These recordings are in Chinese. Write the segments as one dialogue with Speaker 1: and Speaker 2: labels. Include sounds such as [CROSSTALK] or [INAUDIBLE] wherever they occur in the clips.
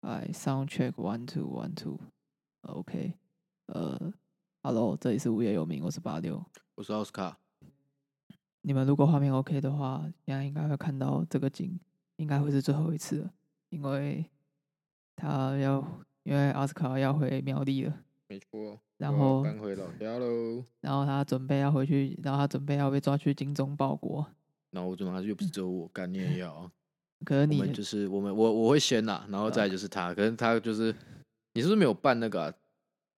Speaker 1: 哎，sound check one two one two，OK，、呃，Hello，这里是无业游民，我是八六。
Speaker 2: 我是奥斯卡，
Speaker 1: 你们如果画面 OK 的话，现在应该会看到这个景，应该会是最后一次了，因为他要，因为奥斯卡要回苗栗了，
Speaker 2: 没错。
Speaker 1: 然
Speaker 2: 我要
Speaker 1: 后，
Speaker 2: 搬回老家喽。
Speaker 1: 然后他准备要回去，然后他准备要被抓去精忠报国。
Speaker 2: 然后我怎么还是又不是只有我干念要啊？
Speaker 1: 可是
Speaker 2: 我
Speaker 1: 嗯你啊
Speaker 2: 们就是我们我我会先啦，然后再来就是他，可是他就是你是不是没有办那个啊、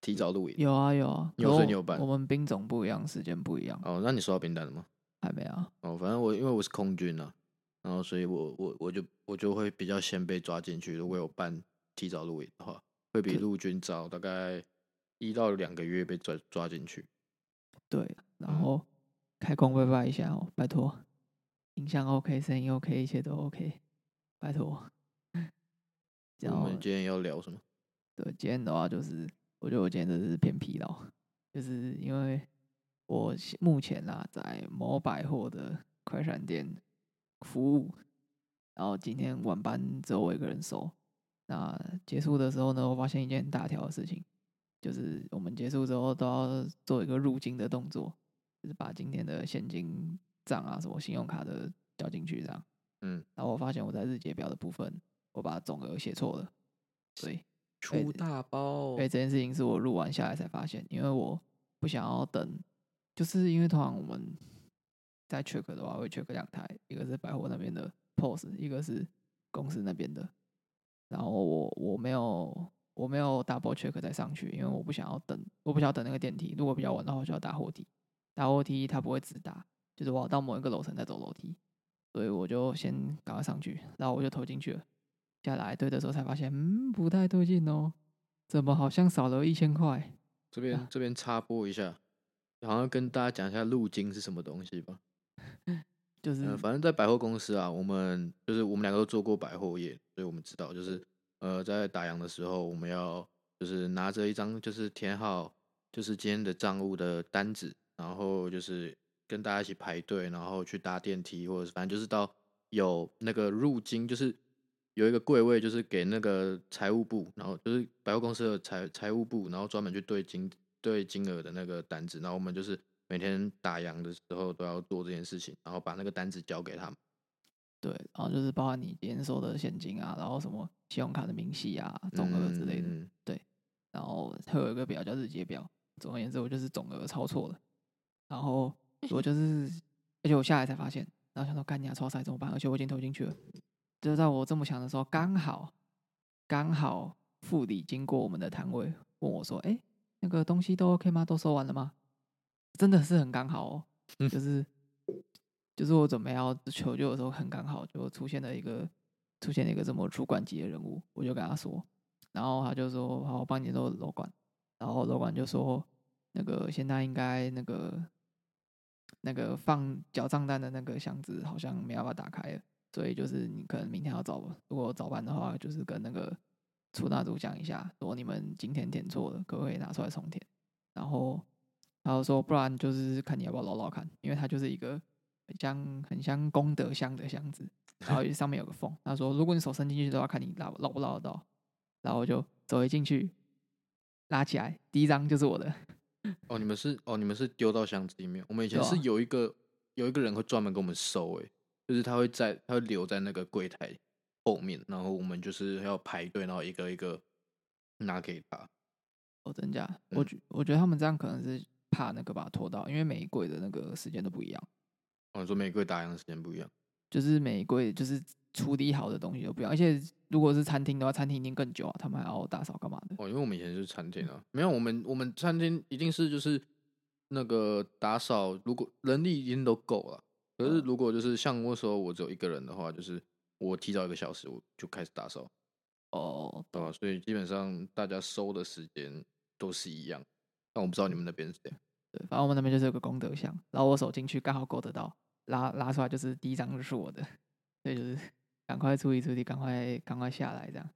Speaker 2: 提早录影？
Speaker 1: 有啊有啊，
Speaker 2: 有
Speaker 1: 可
Speaker 2: 所以
Speaker 1: 我
Speaker 2: 你有办
Speaker 1: 我们兵种不一样，时间不一样，
Speaker 2: 哦，那你收到名单了吗？
Speaker 1: 还没啊。
Speaker 2: 哦，反正我因为我是空军啊，然后所以我我我就我就会比较先被抓进去。如果有办提早录影的话，会比
Speaker 1: 对
Speaker 2: 陆军早大概一到两个月被抓抓进去。
Speaker 1: 对，然
Speaker 2: 嗯
Speaker 1: 后开工拜拜一下哦，拜托，影像 OK，声音 OK，一切都 OK，拜托。 [LAUGHS] 哦然
Speaker 2: 我
Speaker 1: 后
Speaker 2: 们今天要聊什么？
Speaker 1: 对今天的话，就是我觉得我今天真的是偏疲劳，就是因为我现目前啊在某百货的快闪店服务，然后今天晚班只有我一个人收。那结束的时候呢，我发现一件很大条的事情，就是我们结束之后都要做一个入金的动作，就是把今天的现金账啊、什么信用卡的交进去这样。
Speaker 2: 嗯，
Speaker 1: 然后我发现我在日结表的部分，我把总额写错了，所以对
Speaker 2: 出大包
Speaker 1: 所以这件事情是我录完下来才发现，因为我不想要等，就是因为通常我们在 check 的话会 check 两台，一个是百货那边的 POS，一个是公司那边的。然后我我没有我没有 double check 再上去，因为我不想要等，我不想要等那个电梯。如果比较晚的话，我就要打货梯，打货梯它不会直达，就是我要到某一个楼层再走楼梯，所以我就先赶快上去，然后我就投进去了。下来对的时候才发现，嗯，不太对劲哦。怎么好像少了一千块？
Speaker 2: 这边这边插播一下，好像跟大家讲一下路径是什么东西吧。
Speaker 1: 就是、
Speaker 2: 嗯、反正在百货公司啊，我们就是我们两个都做过百货业，所以我们知道，就是呃，在打烊的时候，我们要就是拿着一张就是填好就是今天的账务的单子，然后就是跟大家一起排队，然后去搭电梯，或者是反正就是到有那个入金，就是有一个柜位，就是给那个财务部，然后就是百货公司的财财务部，然后专门去对金对金额的那个单子，然后我们就是每天打烊的时候都要做这件事情，然后把那个单子交给他们。
Speaker 1: 对，然后就是包含你今天收的现金啊，然后什么信用卡的明细啊、总额之类的，
Speaker 2: 嗯
Speaker 1: 然后会有一个表叫日结表。总而言之，我就是总额超错了。然后我就是，而且我下来才发现，然后想说干你啊，超赛怎么办？而且我已经投进去了。就在我这么想的时候，刚好刚好副理经过我们的摊位，问我说：“哎、那个东西都 OK 吗？都收完了吗？”真的是很刚好哦，就是就是我准备要求救的时候，很刚好就出现了一个出现了一个这么主管级的人物，我就跟他说，然后他就说：“好，我帮你做楼管。”然后楼管就说：“那个现在应该那个那个放缴账单的那个箱子好像没办法打开了，所以就是你可能明天要早，如果早班的话，就是跟那个出纳组讲一下，如果你们今天填错了，可不可以拿出来重填？”然后他就说：“不然就是看你要不要捞捞看，因为它就是一个很像很像功德箱的箱子，然后上面有个缝。他说，如果你手伸进去的话，看你捞捞不捞得到。”然后我就走一进去，拉起来，第一张就是我的。
Speaker 2: 哦，你们是哦，你们是丢到箱子里面。我们以前
Speaker 1: 对啊
Speaker 2: 是有一个、有一个人会专门给我们收、欸，就是他会在他会留在那个柜台后面，然后我们就是要排队，然后一个一个拿给他。
Speaker 1: 哦，真假？我
Speaker 2: 嗯
Speaker 1: 觉我觉得他们这样可能是怕那个吧拖到，因为每一柜的那个时间都不一样，
Speaker 2: 哦，你说每个打烊的时间不一样。
Speaker 1: 就是每一柜就是处理好的东西都不一样，而且如果是餐厅的话，餐厅一定更久啊，他们还要打扫干嘛的？
Speaker 2: 哦，因为我们以前是餐厅啊，没有我们我们餐厅一定是就是那个打扫，如果人力已经都够了，可是
Speaker 1: 嗯
Speaker 2: 如果就是像我说我只有一个人的话，就是我提早一个小时我就开始打扫，
Speaker 1: 哦，
Speaker 2: 对吧？所以基本上大家收的时间都是一样，但我不知道你们那边是怎样。
Speaker 1: 对，反正我们那边就是有个功德箱，然后我手进去刚好够得到，拉拉出来就是第一张就是我的，所以就是赶快处理处理，赶快赶快下来这样，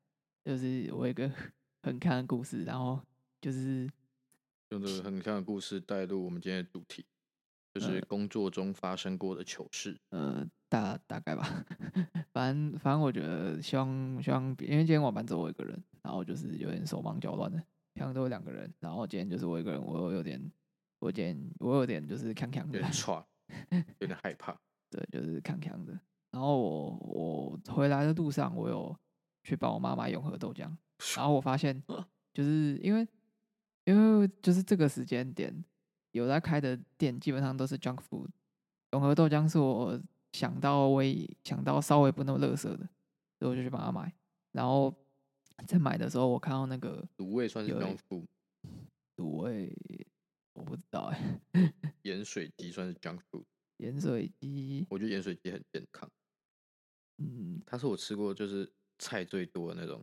Speaker 1: 就是我有一个 [LAUGHS] 很看的故事，然后就是
Speaker 2: 用这个很像的故事带入我们今天的主题，就是
Speaker 1: 嗯
Speaker 2: 工作中发生过的糗事。
Speaker 1: 呃，大大概吧， [LAUGHS] 反正反正我觉得希望希望，因为今天晚班只有我一个人，然后就是有点手忙脚乱的，平常都有两个人，然后今天就是我一个人，我有点我有点我有点就是扛扛
Speaker 2: 有
Speaker 1: 的 [LAUGHS]
Speaker 2: 点，喘，有点害怕。
Speaker 1: 对，就是扛扛的。然后我我回来的路上，我有去帮我妈买永和豆浆，然后我发现
Speaker 2: 嗯
Speaker 1: 就是因为因为就是这个时间点有在开的店，基本上都是 junk food。永和豆浆是我想到微想到稍微不那么垃圾的，所以我就去帮他买。然后在买的时候，我看到那个
Speaker 2: 卤味算是
Speaker 1: 有
Speaker 2: junk food，
Speaker 1: 卤味，我不知道哎、
Speaker 2: 盐水鸡算是 junk food。
Speaker 1: 盐水鸡，
Speaker 2: 我觉得盐水鸡很健康，
Speaker 1: 嗯，
Speaker 2: 它是我吃过就是菜最多的那种，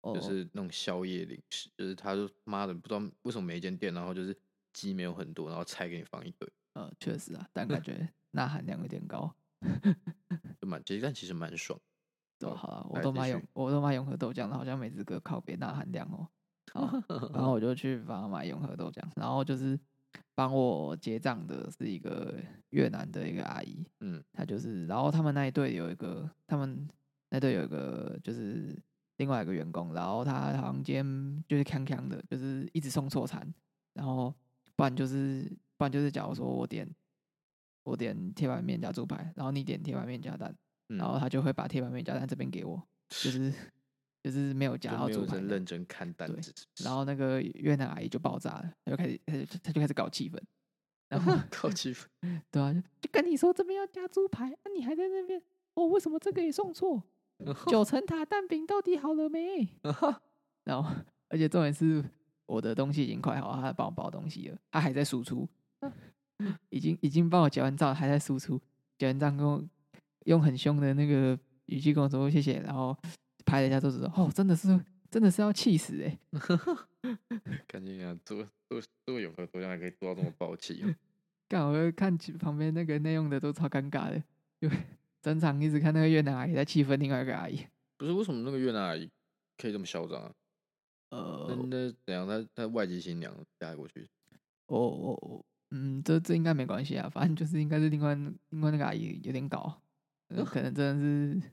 Speaker 1: 哦，
Speaker 2: 就是那种宵夜零食。就是他就妈的不知道为什么每一间店，然后就是鸡没有很多，然后菜给你放一堆，
Speaker 1: 呃，确实啊，但感觉 [LAUGHS] 钠含量有点高。
Speaker 2: 就蛮其实但其实蛮爽。
Speaker 1: 对，
Speaker 2: 好
Speaker 1: 好了，我
Speaker 2: 哦来
Speaker 1: 都
Speaker 2: 继
Speaker 1: 买
Speaker 2: 续
Speaker 1: 永，我都买永和豆浆了，好像每只歌靠别钠含量
Speaker 2: [LAUGHS]
Speaker 1: 哦。好然后我就去帮他买永和豆浆，然后就是帮我结账的是一个越南的一个阿姨，
Speaker 2: 嗯，
Speaker 1: 她就是，然后他们那一队有一个，他们那队有一个就是另外一个员工，然后他好像今天就是康康的，就是一直送错餐，然后不然就是不然就是假如说我点我点铁板面加猪排，然后你点铁板面加蛋。
Speaker 2: 嗯
Speaker 1: 然后他就会把铁板面加蛋这边给我，
Speaker 2: [LAUGHS]
Speaker 1: 就是就是没有
Speaker 2: 就
Speaker 1: 加到
Speaker 2: 没有
Speaker 1: 猪排
Speaker 2: 人
Speaker 1: 的。
Speaker 2: 认真看单
Speaker 1: 对
Speaker 2: 子，
Speaker 1: 然
Speaker 2: [LAUGHS]
Speaker 1: 后那个越南阿姨就爆炸了，她就开始，她就她就开始搞气氛。然
Speaker 2: [LAUGHS]
Speaker 1: 后
Speaker 2: 靠
Speaker 1: [LAUGHS]
Speaker 2: 欺负。
Speaker 1: 对啊，就就跟你说这边要加猪排，啊你还在那边，哦为什么这个也送错？
Speaker 2: [LAUGHS]
Speaker 1: 九层塔蛋饼到底好了没？然后而且重点是我的东西已经快好了，他帮我包东西了，他还在输出， [LAUGHS] 已经已经帮我结完账，还在输出。结完账跟我用很凶的那个语气跟我说谢谢，然后拍了一下桌子说哦真的是真的是要气死哎、欸，
Speaker 2: 感觉啊，做做做有没有多样还可以做到这么暴气、
Speaker 1: [LAUGHS]
Speaker 2: 哦
Speaker 1: 干，我就看起旁边那个内用的都超尴尬的，就 [LAUGHS] 整场一直看那个越南阿姨在气愤另外一个阿姨。
Speaker 2: 不是为什么那个越南阿姨可以这么嚣张啊？那
Speaker 1: 呃，
Speaker 2: 那怎样？她她外籍新娘嫁过去，
Speaker 1: 我我我，嗯，这这应该没关系啊，反正就是应该是另外另外那个阿姨有点搞，呃可能真的是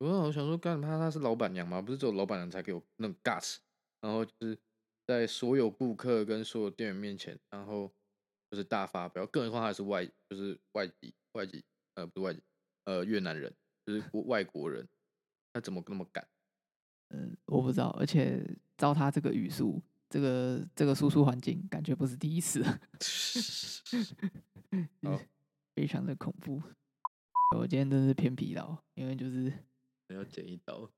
Speaker 2: 我我想说，干她她是老板娘嘛，不是只有老板娘才给我那种 guts，然后就是在所有顾客跟所有店员面前，然后就是大发飙。更何况她还是外，就是外籍外籍呃不是外籍呃越南人，就是国外国人，她怎么那么敢？
Speaker 1: [LAUGHS] 嗯，我不知道，而且照他这个语速，这个这个输出环境，感觉不是第一次了， [LAUGHS]
Speaker 2: 好
Speaker 1: 非常的恐怖。我今天真是偏疲劳，因为就是
Speaker 2: 要剪一刀，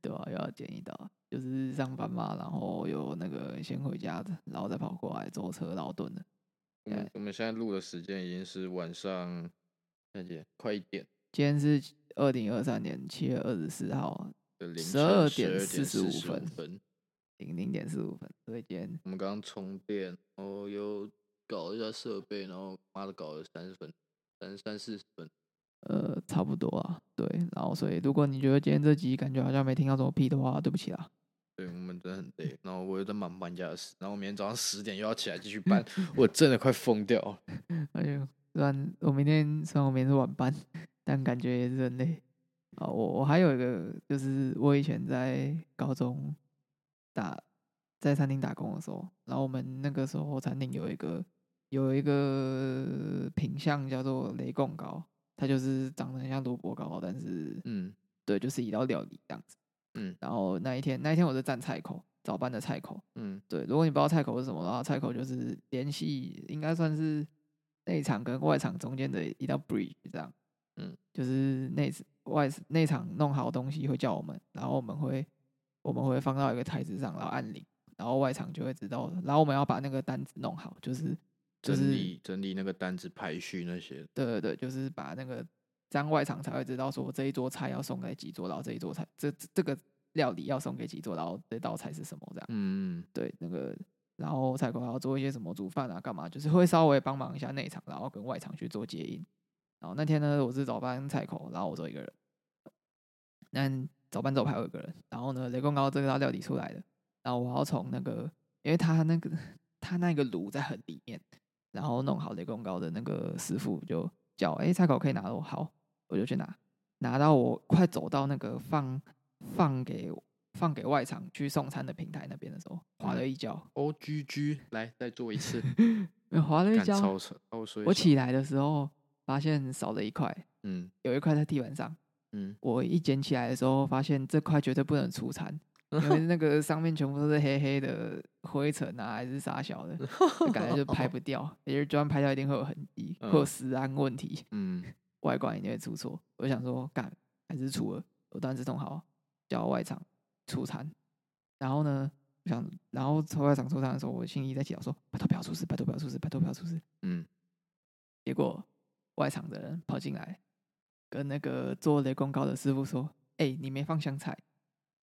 Speaker 1: 对啊，又要剪一刀，就是上班嘛，然后有那个先回家的，然后再跑过来舟车劳顿的。
Speaker 2: 我们
Speaker 1: 对
Speaker 2: 我们现在录的时间已经是晚上，那姐快一点
Speaker 1: 今天是二零二三年七月二十四号
Speaker 2: 的凌晨
Speaker 1: 12
Speaker 2: 点
Speaker 1: 点
Speaker 2: 45
Speaker 1: 45分
Speaker 2: 分。
Speaker 1: 零零点四五分，所以今天
Speaker 2: 我们刚刚充电，然后又搞一下设备，然后妈的搞了三十分，三三四十分。
Speaker 1: 呃差不多啊，对。然后所以如果你觉得今天这集感觉好像没听到什么屁的话，对不起啦。
Speaker 2: 对我们真的很累，然后我又在忙搬家的事，然后明天早上十点又要起来继续
Speaker 1: [LAUGHS]
Speaker 2: 搬，我真的快疯掉了。
Speaker 1: 哎呦，虽然我明天虽然我明天是晚班，但感觉也是很累。啊，我我还有一个就是我以前在高中打在餐厅打工的时候，然后我们那个时候餐厅有一个有一个品相叫做雷贡糕，它就是长得很像萝卜糕，但是
Speaker 2: 嗯，
Speaker 1: 对，就是一道料理这样子。
Speaker 2: 嗯
Speaker 1: 然后那一天那一天我是站菜口，早班的菜口。
Speaker 2: 嗯，
Speaker 1: 对，如果你不知道菜口是什么的话，菜口就是联系，应该算是内场跟外场中间的一道 bridge 这样。
Speaker 2: 嗯，
Speaker 1: 就是内外内场弄好东西会叫我们，然后我们会我们会放到一个台子上，然后按铃，然后外场就会知道，然后我们要把那个单子弄好，就是就
Speaker 2: 整
Speaker 1: 是
Speaker 2: 理整理那个单子排序那些，
Speaker 1: 对对对，就是把那个这样外场才会知道说这一桌菜要送给几桌，然后这一桌菜这这这个料理要送给几桌，然后这道菜是什么这样。
Speaker 2: 嗯，嗯
Speaker 1: 对，那个然后采购还要做一些什么煮饭啊，干嘛，就是会稍微帮忙一下内场，然后跟外场去做接应。然后那天呢，我是早班采购，然后我只有一个人，那早班走排有一个人，然后呢，雷公糕这道料理出来的，然后我要从那个，因为他那个他那个炉在很里面，然后弄好雷公高的那个师傅就叫，哎、菜狗可以拿了，我好，我就去拿，拿到我快走到那个放放给放给外场去送餐的平台那边的时候，滑了一跤，
Speaker 2: O G G，来再做一
Speaker 1: [LAUGHS]
Speaker 2: 次，
Speaker 1: 没有嗯滑了一
Speaker 2: 干
Speaker 1: 跤，
Speaker 2: 超扯，哦超衰。
Speaker 1: 我，起来的时候发现少了一块，
Speaker 2: 嗯
Speaker 1: 有一块在地板上。
Speaker 2: 嗯，
Speaker 1: 我一捡起来的时候，发现这块绝对不能出
Speaker 2: [LAUGHS]
Speaker 1: 残，因为那个上面全部都是黑黑的灰尘啊，还是啥小的，就感觉就拍不掉，也就是专拍掉一定会有痕迹，会有
Speaker 2: 嗯
Speaker 1: 食安问题，
Speaker 2: 嗯
Speaker 1: 外观一定会出错。我想说，干还是出了，我当时弄好叫外场出残，然后呢，我想，然后从外场出残的时候，我心里在祈祷说，拜托不要出事，拜托不要出事，拜托不要出事。 [LAUGHS]
Speaker 2: 嗯，
Speaker 1: 结果外场的人跑进来，跟那个做雷公糕的师傅说：“哎、你没放香菜。”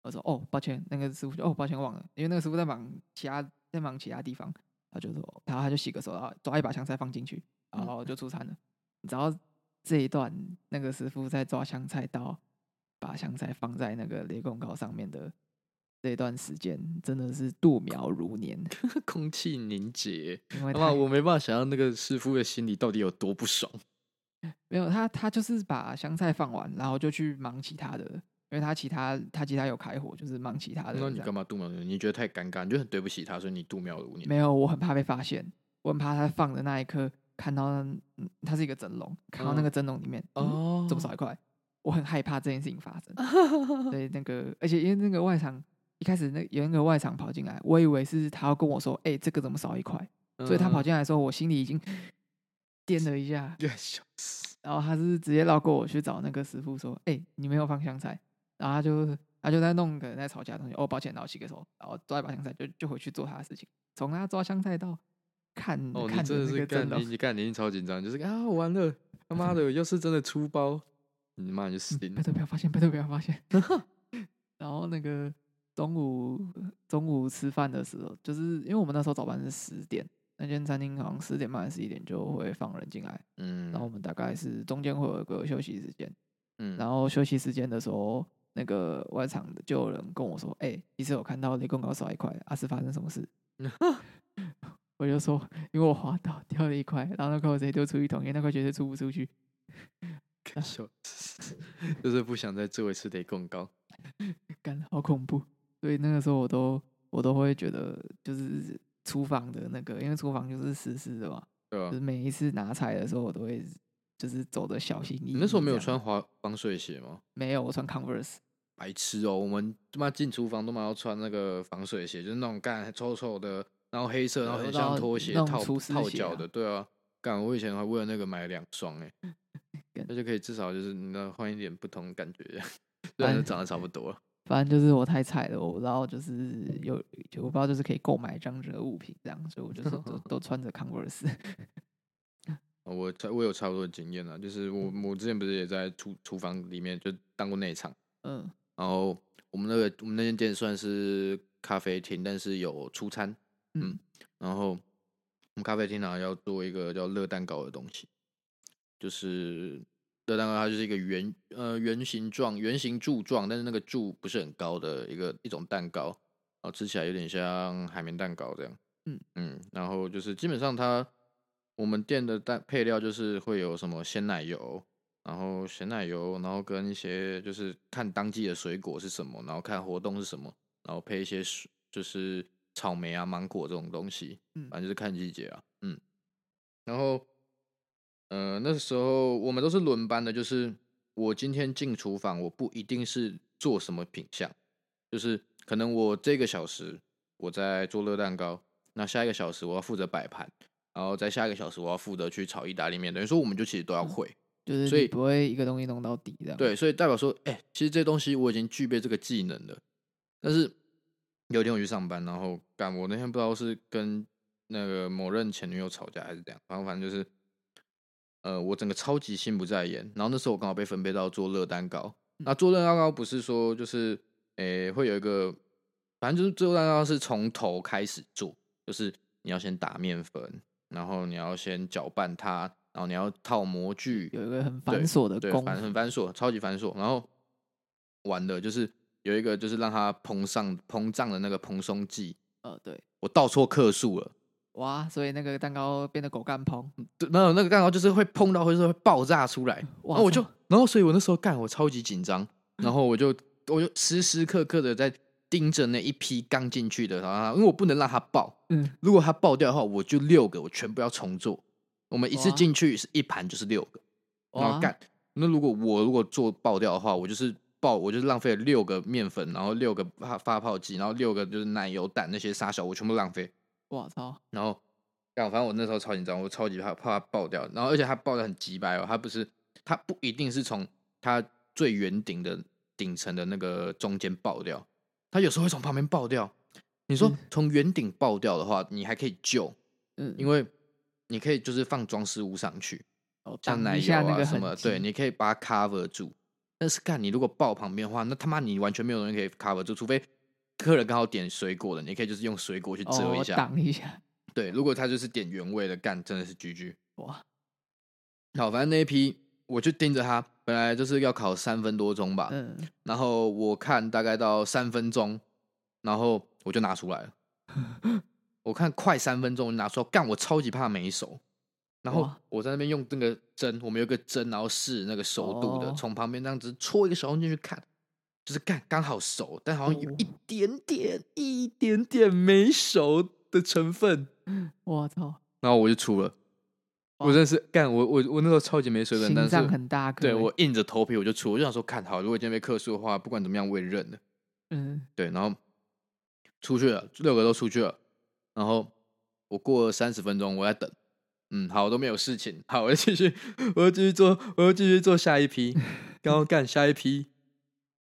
Speaker 1: 我说：“哦，抱歉。”那个师傅就：“哦，抱歉，忘了。”因为那个师傅在忙其他，在忙其他地方，他就说，然后他就洗个手，然后抓一把香菜放进去，然
Speaker 2: 嗯
Speaker 1: 后就出餐了。你知道这一段，那个师傅在抓香菜刀，把香菜放在那个雷公糕上面的这段时间，真的是度秒如年，
Speaker 2: 空气凝结，
Speaker 1: 因
Speaker 2: [LAUGHS]
Speaker 1: 为他
Speaker 2: 他妈我没办法想象那个师傅的心里到底有多不爽。
Speaker 1: 没有，他他就是把香菜放完，然后就去忙其他的，因为他其他他其他有开火，就是忙其他的这样。
Speaker 2: 那你干嘛度秒如年？你觉得太尴尬，你就很对不起他，所以你度秒如年。
Speaker 1: 没有，我很怕被发现，我很怕他放的那一刻看到，嗯，他是一个蒸笼，看到那
Speaker 2: 嗯
Speaker 1: 个蒸笼里面，嗯，
Speaker 2: 哦，
Speaker 1: 这么少一块，我很害怕这件事情
Speaker 2: [LAUGHS]
Speaker 1: 发生。所以那个，而且因为那个外场一开始那有那个外场跑进来，我以为是他要跟我说，哎、这个怎么少一块？
Speaker 2: 嗯？
Speaker 1: 所以他跑进来的时候，我心里已经 [LAUGHS] 颠了一下，
Speaker 2: 越 [LAUGHS] 笑死，
Speaker 1: 然后他是直接绕过我去找那个师傅说：“哎、你没有放香菜。”然后他就他就在弄可能在吵架的东西，哦，抱歉，然后洗个手，然后抓一把香菜就就回去做他的事情。从他抓香菜到看、
Speaker 2: 哦，你
Speaker 1: 看着那个
Speaker 2: 真的是干
Speaker 1: 蒸笼
Speaker 2: 你，你干你一定超紧张，就是啊完了，他妈的，要是真的出包，你妈你就死定
Speaker 1: 嗯拜
Speaker 2: 了。
Speaker 1: 托不要发现，拜托不要发
Speaker 2: [LAUGHS]
Speaker 1: 现。然后那个中午中午吃饭的时候，就是因为我们那时候早班是十点，那间餐厅好像十点半还是十一点就会放人进来，
Speaker 2: 嗯，
Speaker 1: 然后我们大概是中间会有一个休息时间。
Speaker 2: 嗯，
Speaker 1: 然后休息时间的时候，那个外场的就有人跟我说：“哎、其实我看到雷公高少一块，啊是发生什么事？” [LAUGHS] 我就说：“因为我滑倒掉了一块，然后那块我直接丢出一桶，因为那块绝对出不出去。
Speaker 2: 干笑死， [LAUGHS] 就是不想再做一次得更高。”
Speaker 1: 干，好恐怖！所以那个时候我都我都会觉得，就是厨房的那个，因为厨房就是实施的嘛，
Speaker 2: 对吧
Speaker 1: 就是？每一次拿菜的时候，我都会就是走的小心翼翼。
Speaker 2: 你那时候没有穿？
Speaker 1: 啊
Speaker 2: 滑防水鞋吗？
Speaker 1: 没有，我穿 Converse。
Speaker 2: 白痴哦、我们他妈进厨房都嘛要穿那个防水鞋，就是那种干臭臭的，然后黑色，然后
Speaker 1: 呃
Speaker 2: 很
Speaker 1: 然
Speaker 2: 像
Speaker 1: 后
Speaker 2: 拖鞋
Speaker 1: 那种
Speaker 2: 套
Speaker 1: 厨师
Speaker 2: 套
Speaker 1: 鞋
Speaker 2: 脚
Speaker 1: 啊嗯
Speaker 2: 的，对啊。干，我以前还为了那个买了两双哎、
Speaker 1: 干
Speaker 2: [LAUGHS] 那就可以至少就是你知道换一点不同的感觉，虽
Speaker 1: 反
Speaker 2: 然
Speaker 1: 正
Speaker 2: 都长得差不多了。
Speaker 1: 反正就是我太菜了，我不知道就是有，就我不知道就是可以购买这样子的物品，这样，所以我
Speaker 2: [LAUGHS]
Speaker 1: 就是都都穿着 Converse。 [LAUGHS]
Speaker 2: 哦我差我有差不多的经验啊，就是我我之前不是也在厨厨房里面就当过内场。
Speaker 1: 嗯
Speaker 2: 然后我们那个我们那间店算是咖啡厅，但是有出餐。
Speaker 1: 嗯
Speaker 2: 嗯，然后我们咖啡厅呢、要做一个叫热蛋糕的东西，就是热蛋糕它就是一个圆呃圆形状、圆形柱状，但是那个柱不是很高的一个一种蛋糕，然后吃起来有点像海绵蛋糕这样。
Speaker 1: 嗯
Speaker 2: 嗯，然后就是基本上它我们店的蛋配料就是会有什么鲜奶油，然后咸奶油，然后跟一些就是看当季的水果是什么，然后看活动是什么，然后配一些水就是草莓啊、芒果这种东西，
Speaker 1: 嗯
Speaker 2: 反正就是看季节啊，嗯。然后，呃，那时候我们都是轮班的，就是我今天进厨房，我不一定是做什么品相，就是可能我这个小时我在做热蛋糕，那下一个小时我要负责摆盘，然后在下一个小时我要负责去炒意大利面，等于说我们就其实都要会。
Speaker 1: 就是
Speaker 2: 所
Speaker 1: 你
Speaker 2: 以
Speaker 1: 不会一个东西弄到底的。，
Speaker 2: 对，所以代表说，哎、其实这东西我已经具备这个技能了。但是有一天我去上班，然后干，我那天不知道是跟那个某任前女友吵架还是怎样，然后反正就是，呃，我整个超级心不在焉。然后那时候我刚好被分配到做热蛋糕，那做热蛋糕不是说就是，诶、会有一个，反正就是做热蛋糕是从头开始做，就是你要先打面粉，然后你要先搅拌它，然后你要套模具，
Speaker 1: 有一个很
Speaker 2: 对
Speaker 1: 繁琐的
Speaker 2: 对，
Speaker 1: 工，
Speaker 2: 反很繁琐，超级繁琐。然后玩的就是有一个就是让它膨胀膨胀的那个蓬松剂，
Speaker 1: 呃，对
Speaker 2: 我倒错克数了，
Speaker 1: 哇，所以那个蛋糕变得狗干蓬，
Speaker 2: 对没有那个蛋糕就是会碰到，或者是会爆炸出来。然
Speaker 1: 哇，
Speaker 2: 后我就
Speaker 1: 这，
Speaker 2: 然后所以我那时候干，我超级
Speaker 1: [LAUGHS]
Speaker 2: 紧张，然后我就我就时时刻刻的在盯着那一批刚进去的，然后它因为我不能让它爆，
Speaker 1: 嗯，
Speaker 2: 如果它爆掉的话，我就六个我全部要重做。我们一次
Speaker 1: 哇
Speaker 2: 进去是一盘就是六个，然后
Speaker 1: 哇，
Speaker 2: 干。那如果我如果做爆掉的话，我就是爆，我就是浪费了六个面粉，然后六个发发泡剂，然后六个就是奶油蛋那些沙小，我全部浪费。
Speaker 1: 我操，
Speaker 2: 然后，干反正我那时候超紧张，我超级怕怕它爆掉。然后，而且它爆的很急白哦，它不是，它不一定是从它最圆顶的顶层的那个中间爆掉，它有时候会从旁边爆掉。你说
Speaker 1: 嗯
Speaker 2: 从圆顶爆掉的话，你还可以救，
Speaker 1: 嗯，
Speaker 2: 因为你可以就是放装饰物上去，
Speaker 1: 哦
Speaker 2: 像
Speaker 1: 挡
Speaker 2: 奶
Speaker 1: 一
Speaker 2: 油
Speaker 1: 下那
Speaker 2: 啊
Speaker 1: 个
Speaker 2: 什
Speaker 1: 痕
Speaker 2: 么，对，
Speaker 1: 迹
Speaker 2: 你可以把它 cover 住。但是干你如果爆旁边的话，那他妈你完全没有人可以 cover 住，除非客人刚好点水果的，你可以就是用水果去遮一
Speaker 1: 哦
Speaker 2: 下。
Speaker 1: 挡一下，
Speaker 2: 对，如果他就是点原味的干，真的是 GG。
Speaker 1: 哇，
Speaker 2: 好，反正那一批我就盯着他，本来就是要考三分多钟吧，
Speaker 1: 嗯，
Speaker 2: 然后我看大概到三分钟，然后我就拿出来了。
Speaker 1: [LAUGHS]
Speaker 2: 我看快三分钟我就拿出来，干我超级怕没手，然后
Speaker 1: 哇
Speaker 2: 我在那边用那个针，我们有个针，然后试那个熟度的，
Speaker 1: 哦
Speaker 2: 从旁边这样子戳一个手进去看，就是干刚好熟，但好像有一
Speaker 1: 哦
Speaker 2: 点点、一点点没熟的成分。
Speaker 1: 我操，
Speaker 2: 然后我就出了。
Speaker 1: 哇
Speaker 2: 我真的是干我我我那时候超级没水准，
Speaker 1: 心
Speaker 2: 但
Speaker 1: 脏
Speaker 2: 是
Speaker 1: 很大颗欸，
Speaker 2: 对我硬着头皮我就出，我就想说看好，如果今天被克数的话，不管怎么样我也认了。
Speaker 1: 嗯，
Speaker 2: 对，然后出去了，六个都出去了，然后我过了三十分钟我在等，嗯，好都没有事情，好我要继续，我要继续做，我要继续做下一批，然后干下一批，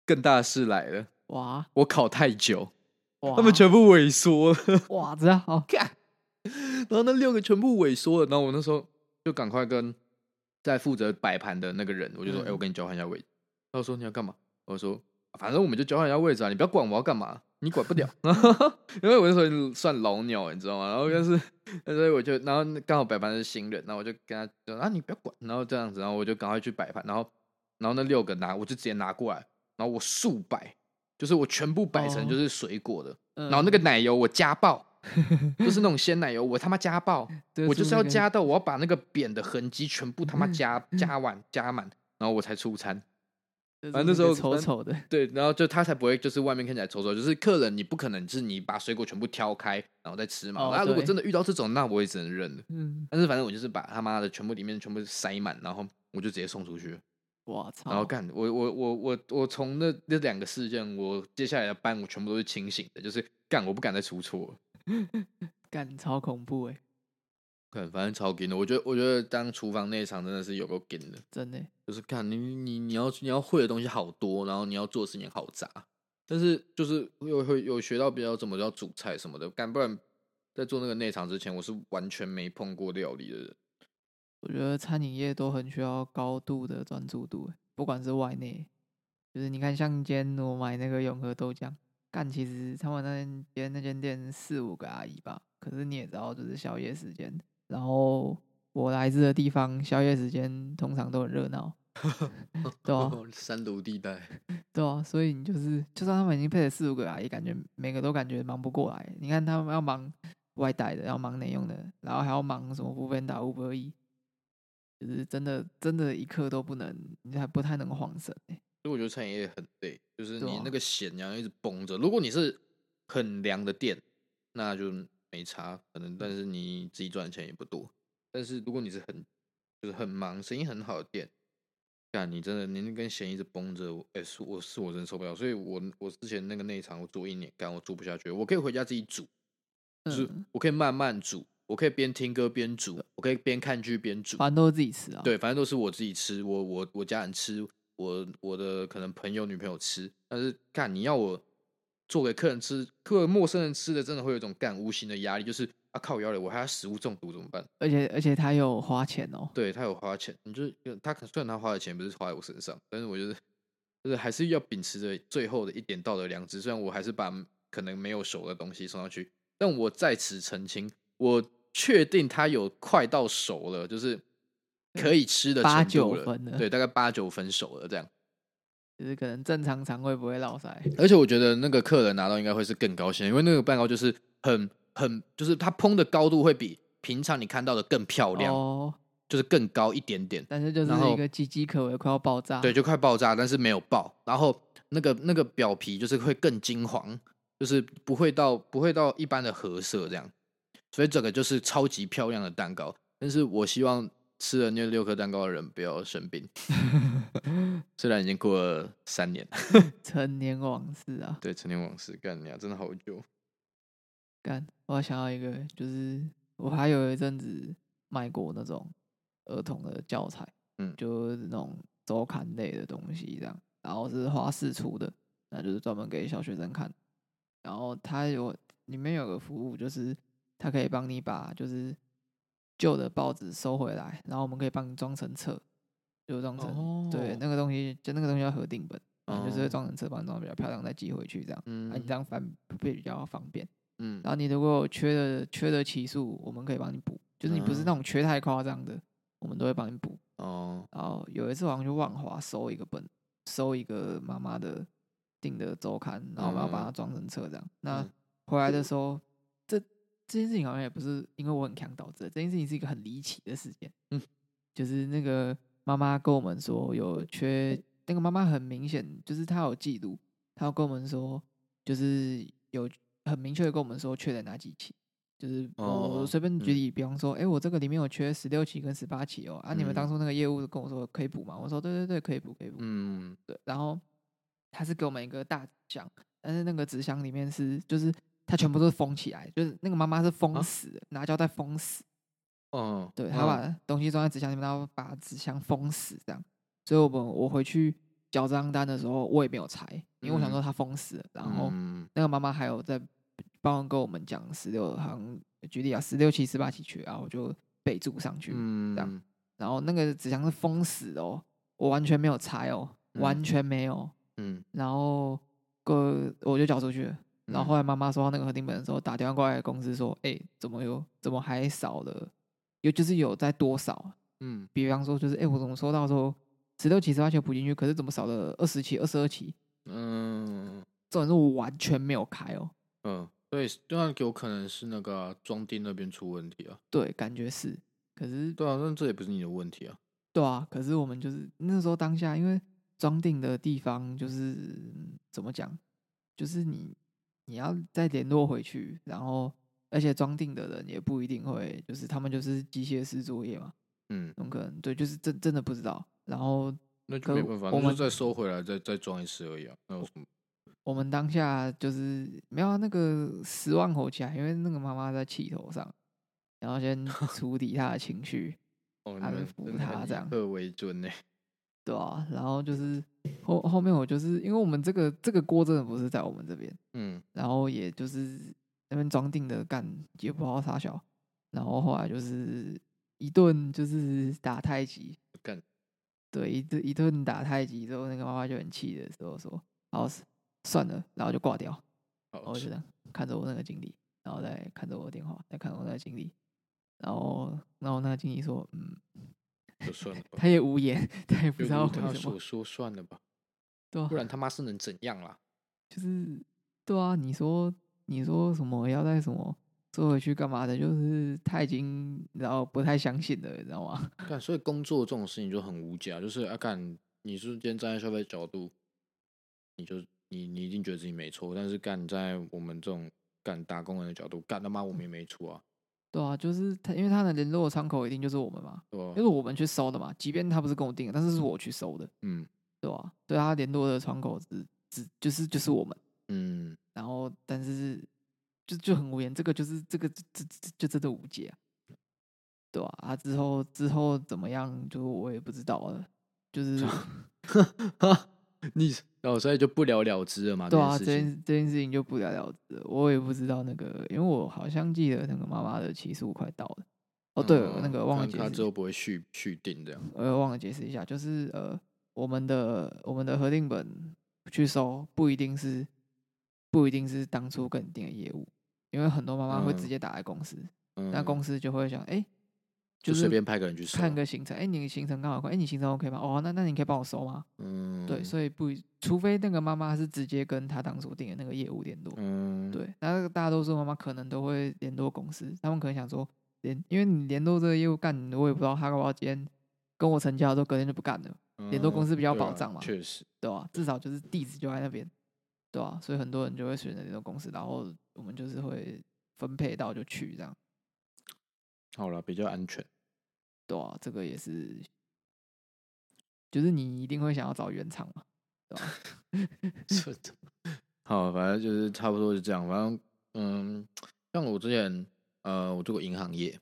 Speaker 2: 更大的事来了，
Speaker 1: 哇
Speaker 2: 我考太久，
Speaker 1: 哇，
Speaker 2: 他们全部萎缩了。
Speaker 1: 哇，这好，
Speaker 2: 然后那六个全部萎缩了，然后我那时候就赶快跟在负责摆盘的那个人，我就说：“
Speaker 1: 嗯
Speaker 2: 哎、我跟你交换一下位置。”他说：“你要干嘛？”我说：“反正我们就交换一下位置啊，你不要管我要干嘛，你管不了。”因为我那时候算老鸟，你知道吗？然后但是，所以我就，然后刚好摆盘是新人，然后我就跟他说：“啊，你不要管。”然后这样子，然后我就赶快去摆盘，然后，然后那六个拿，我就直接拿过来，然后我竖摆，就是我全部摆成
Speaker 1: 哦
Speaker 2: 就是水果的。
Speaker 1: 然
Speaker 2: 然后那个奶油我加爆，就是那种鲜奶油，我他妈加爆，我 [LAUGHS] 就是要加到我要把那嗯个扁的痕迹全部他妈加加完加满，然后我才出餐。
Speaker 1: 反
Speaker 2: 反正那时候
Speaker 1: 丑
Speaker 2: 反
Speaker 1: 丑的，
Speaker 2: 对，然后就他才不会就是外面看起来丑丑，就是客人你不可能是你把水果全部挑开然后再吃嘛。
Speaker 1: 哦
Speaker 2: 那、如果
Speaker 1: 对
Speaker 2: 真的遇到这种，那我也只能认了。
Speaker 1: 嗯，
Speaker 2: 但是反正我就是把他妈的全部里面全部塞满，然后我就直接送出去了。
Speaker 1: 我操，
Speaker 2: 然后干，我我我我我从那那两个事件，我接下来的班我全部都是清醒的，就是干我不敢再出错了。
Speaker 1: 干超恐怖哎，
Speaker 2: 看，反正超劲的。我觉得，我觉得当厨房那一场真的是有够劲的，
Speaker 1: 真的欸，
Speaker 2: 就是看你你你要你要会的东西好多，然后你要做的事情好杂，但是就是又会有学到比较怎么叫煮菜什么的，干不然在做那个内场之前，我是完全没碰过料理的人。
Speaker 1: 我觉得餐饮业都很需要高度的专注度欸，不管是外内，就是你看，像今天我买那个永和豆浆，干其实他们那间间那间店四五个阿姨吧，可是你也知道，就是宵夜时间，然后我来自的地方宵夜时间通常都很热闹， [LAUGHS] 对
Speaker 2: [LAUGHS]
Speaker 1: 啊，
Speaker 2: 山毒地带，
Speaker 1: 对啊，所以你就是，就算他们已经配了四五个阿姨，感觉每个都感觉忙不过来。你看他们要忙外带的，要忙内用的，然后还要忙什么不分打五百一，就是真的真的，一刻都不能，你还不太能晃神、欸。
Speaker 2: 所以我觉得餐饮业很累，就是
Speaker 1: 对
Speaker 2: 你
Speaker 1: 啊
Speaker 2: 那个弦要一直绷着。如果你是很凉的店，那就没差，可能
Speaker 1: 嗯
Speaker 2: 但是你自己赚的钱也不多。但是如果你是很就是很忙、生意很好的店，干你真的你那根弦一直绷着，我哎、是我是我真的受不了。所以我我之前那个内场我做一年，干我做不下去，我可以回家自己煮，就是
Speaker 1: 嗯，
Speaker 2: 我可以慢慢煮，我可以边听歌边煮，我可以边看剧边煮，
Speaker 1: 反正都是自己吃啊。，
Speaker 2: 对，反正都是我自己吃，我我我家人吃，我我的可能朋友女朋友吃，但是干你要我做给客人吃，客人陌生人吃的，真的会有一种干无形的压力，就是啊靠腰嘞，我还要食物中毒怎么办？
Speaker 1: 而且而且他有花钱哦、
Speaker 2: 对他有花钱，你就是他可虽然他花的钱不是花在我身上，但是我就是就是还是要秉持着最后的一点道德良知，虽然我还是把可能没有熟的东西送上去，但我在此澄清，我确定它有快到熟了，就是可以吃的
Speaker 1: 八
Speaker 2: 程度
Speaker 1: 九
Speaker 2: 了
Speaker 1: 分了
Speaker 2: 对，大概八九分熟了这样。
Speaker 1: 就是可能正常肠胃不会落塞。
Speaker 2: 而且我觉得那个客人拿到应该会是更高兴，因为那个蛋糕就是很很，就是它砰的高度会比平常你看到的更漂亮，
Speaker 1: 哦，
Speaker 2: 就是更高一点点。
Speaker 1: 但是就是
Speaker 2: 然后
Speaker 1: 一个岌岌可危，快要爆炸。
Speaker 2: 对，，就快爆炸，但是没有爆。然后那个那个表皮就是会更金黄，就是不会到不会到一般的褐色这样。所以整个就是超级漂亮的蛋糕。但是我希望吃了那六颗蛋糕的人不要
Speaker 1: [LAUGHS]
Speaker 2: 生病，虽然已经过了三年。
Speaker 1: 成年往事啊，
Speaker 2: 对，陈年往事，干你啊，真的好久。
Speaker 1: 干！我还想要一个，就是我还有一阵子卖过那种儿童的教材，
Speaker 2: 嗯
Speaker 1: 就是那种周刊类的东西这样，然后是花式出的，那就是专门给小学生看。然后它有里面有个服务，就是它可以帮你把就是旧的报纸收回来，然后我们可以帮你装成册，就装成、对
Speaker 2: 哦
Speaker 1: 那个东西，就那个东西要核定本，然后就是会
Speaker 2: 哦
Speaker 1: 装成册，帮你装得比较漂亮，再寄回去这样。
Speaker 2: 嗯
Speaker 1: 啊，你这样翻比较方便。
Speaker 2: 嗯
Speaker 1: 然后你如果有缺的缺的期数，我们可以帮你补，就是你不是那种缺太夸张的，我们都会帮你补。
Speaker 2: 哦，
Speaker 1: 然后有一次好像去万华收一个本，收一个妈妈的订的周刊，然后我们要把它装成册这样。那
Speaker 2: 嗯
Speaker 1: 回来的时候，这这件事情好像也不是因为我很强导致的，这件事情是一个很离奇的事件。
Speaker 2: 嗯，
Speaker 1: 就是那个妈妈跟我们说有缺，那个妈妈很明显就是她有记录，她有跟我们说就是有很明确的跟我们说缺了哪几期。就是我
Speaker 2: 哦
Speaker 1: 随便举
Speaker 2: 嗯
Speaker 1: 例，比方说，哎、我这个里面有缺十六期跟十八期哦，啊，你们当
Speaker 2: 嗯
Speaker 1: 初那个业务跟我说可以补吗？我说对对对，可以补，可以补。
Speaker 2: 嗯
Speaker 1: 对，然后他是给我们一个大纸箱，但是那个纸箱里面是就是它全部都是封起来，就是那个妈妈是封
Speaker 2: 啊
Speaker 1: 死的，拿胶带封死。
Speaker 2: 哦，
Speaker 1: 对，他
Speaker 2: 嗯
Speaker 1: 把东西装在纸箱里面，然后把纸箱封死这样。所以我们我回去缴账单的时候，我也没有拆，因为我想说
Speaker 2: 嗯
Speaker 1: 它封死了，然后。
Speaker 2: 嗯
Speaker 1: 那个妈妈还有在帮跟我们讲十六，好像举例啊，十六期、十八期缺啊，我就备注上去。
Speaker 2: 嗯
Speaker 1: 这样然后那个纸箱是封死的哦，我完全没有拆哦，完
Speaker 2: 嗯
Speaker 1: 全没有。
Speaker 2: 嗯，
Speaker 1: 然后个我就缴出去了。然后
Speaker 2: 嗯
Speaker 1: 后来妈妈收到那个核定本的时候，打电话过来公司说：“哎、怎么有怎么还少了？有就是有在多少？
Speaker 2: 嗯
Speaker 1: 比方说就是哎、我怎么收到说十六期、十八期补进去，可是怎么少了二十期、二十二期？
Speaker 2: 嗯
Speaker 1: 重点是我完全没有开哦。
Speaker 2: 嗯，对，当然有可能是那个啊装订那边出问题啊。
Speaker 1: 对，感觉是，可是
Speaker 2: 对啊，那这也不是你的问题啊。
Speaker 1: 对啊，可是我们就是那时候当下，因为装订的地方就是嗯怎么讲，就是你你要再联络回去，然后而且装订的人也不一定会，就是他们就是机械式作业嘛，
Speaker 2: 嗯，
Speaker 1: 有可能对，就是真真的不知道。然后
Speaker 2: 那就
Speaker 1: 可
Speaker 2: 没办法，
Speaker 1: 我
Speaker 2: 那就
Speaker 1: 们
Speaker 2: 再收回来，再再装一次而已啊。那有什么？
Speaker 1: 我们当下就是没有啊那个十万火起来，因为那个妈妈在气头上，然后先 [LAUGHS] 处理她的情绪，
Speaker 2: 哦，你
Speaker 1: 安
Speaker 2: 们
Speaker 1: 抚
Speaker 2: 真的
Speaker 1: 他
Speaker 2: 很
Speaker 1: 这
Speaker 2: 以
Speaker 1: 样
Speaker 2: 客为尊呢。 [LAUGHS]
Speaker 1: 对啊，然后就是后后面我就是因为我们这个这个锅真的不是在我们这边，
Speaker 2: 嗯
Speaker 1: 然后也就是那边装订的干也不知道啥小，然后后来就是一顿就是打太极，
Speaker 2: 干
Speaker 1: 对一顿一顿打太极之后，那个妈妈就很气的时候说，好算了，然后就挂掉，然
Speaker 2: 好
Speaker 1: 后就这样看着我那个经理，然后再看着我的电话，再看着我那个经理，然后然后那个经理说，嗯，
Speaker 2: 就算了
Speaker 1: [LAUGHS]
Speaker 2: 吧，
Speaker 1: 他也无言，他也不
Speaker 2: 就
Speaker 1: 知道
Speaker 2: 如
Speaker 1: 回
Speaker 2: 他
Speaker 1: 什么
Speaker 2: 所，说算了
Speaker 1: [LAUGHS]
Speaker 2: 吧，
Speaker 1: 对啊
Speaker 2: 不然他妈是能怎样
Speaker 1: [LAUGHS]
Speaker 2: 啦？
Speaker 1: 就是对啊，你说你说什么要带什么坐回去干嘛的，就是他已经然后不太相信了，你知道吗？ [LAUGHS]
Speaker 2: 干，所以工作这种事情就很无价，就是啊，干，你是今天站在消费角度，你就你你一定觉得自己没错，但是干在我们这种干打工人的角度，干他妈我们也没错啊，
Speaker 1: 对啊，就是他，因为他的联络窗口一定就是我们嘛，
Speaker 2: 对吧
Speaker 1: 就？是我们去收的嘛，即便他不是跟我订的，但是是我去收的，
Speaker 2: 嗯
Speaker 1: 对吧、对他联络的窗口只只就是就是我们， [LAUGHS]
Speaker 2: 嗯，
Speaker 1: 然后但是就就很无言，这个就是这个这这这就真的无解、啊，对吧、啊？之后之后怎么样，就我也不知道了，就是。
Speaker 2: 哈，你哦，所以就不了了之了嘛，
Speaker 1: 对啊，
Speaker 2: 这
Speaker 1: 这
Speaker 2: 件事情
Speaker 1: 件这件事情就不了了之了。我也不知道那个，因为我好像记得那个妈妈的期数快到了。哦，对了，那
Speaker 2: 嗯
Speaker 1: 个忘了
Speaker 2: 看
Speaker 1: 解
Speaker 2: 他之
Speaker 1: 释，
Speaker 2: 后不会续续订这样，
Speaker 1: 呃，忘了解释一下，就是呃，我们的我们的核定本去收，不一定是不一定是当初跟你定的业务，因为很多妈妈会直
Speaker 2: 嗯
Speaker 1: 接打来公司，
Speaker 2: 嗯，啊
Speaker 1: 那公司就会想，哎、
Speaker 2: 就随
Speaker 1: 是
Speaker 2: 便派个人去收
Speaker 1: 看个行程，哎、你的行程刚好快，哎、你行程 OK 吗？哦，那那你可以帮我收吗？
Speaker 2: 嗯，
Speaker 1: 对，所以不一，除非那个妈妈是直接跟她当初定的那个业务联络，
Speaker 2: 嗯，
Speaker 1: 对，那大大多数妈妈可能都会联络公司，他们可能想说联，因为你联络这个业务干，我也不知道他搞不好今天跟我成交之后，隔天就不干了，联络公司比较
Speaker 2: 对啊
Speaker 1: 保障嘛
Speaker 2: 确实，
Speaker 1: 对吧、至少就是地址就在那边，对吧、所以很多人就会选择联络公司，然后我们就是会分配到就去这样，
Speaker 2: 好了，比较安全。
Speaker 1: 对啊，这个也是，就是你一定会想要找原厂嘛，对吧、
Speaker 2: [LAUGHS] 是的。好，反正就是差不多是这样。反正嗯，像我之前呃，我做过银行业，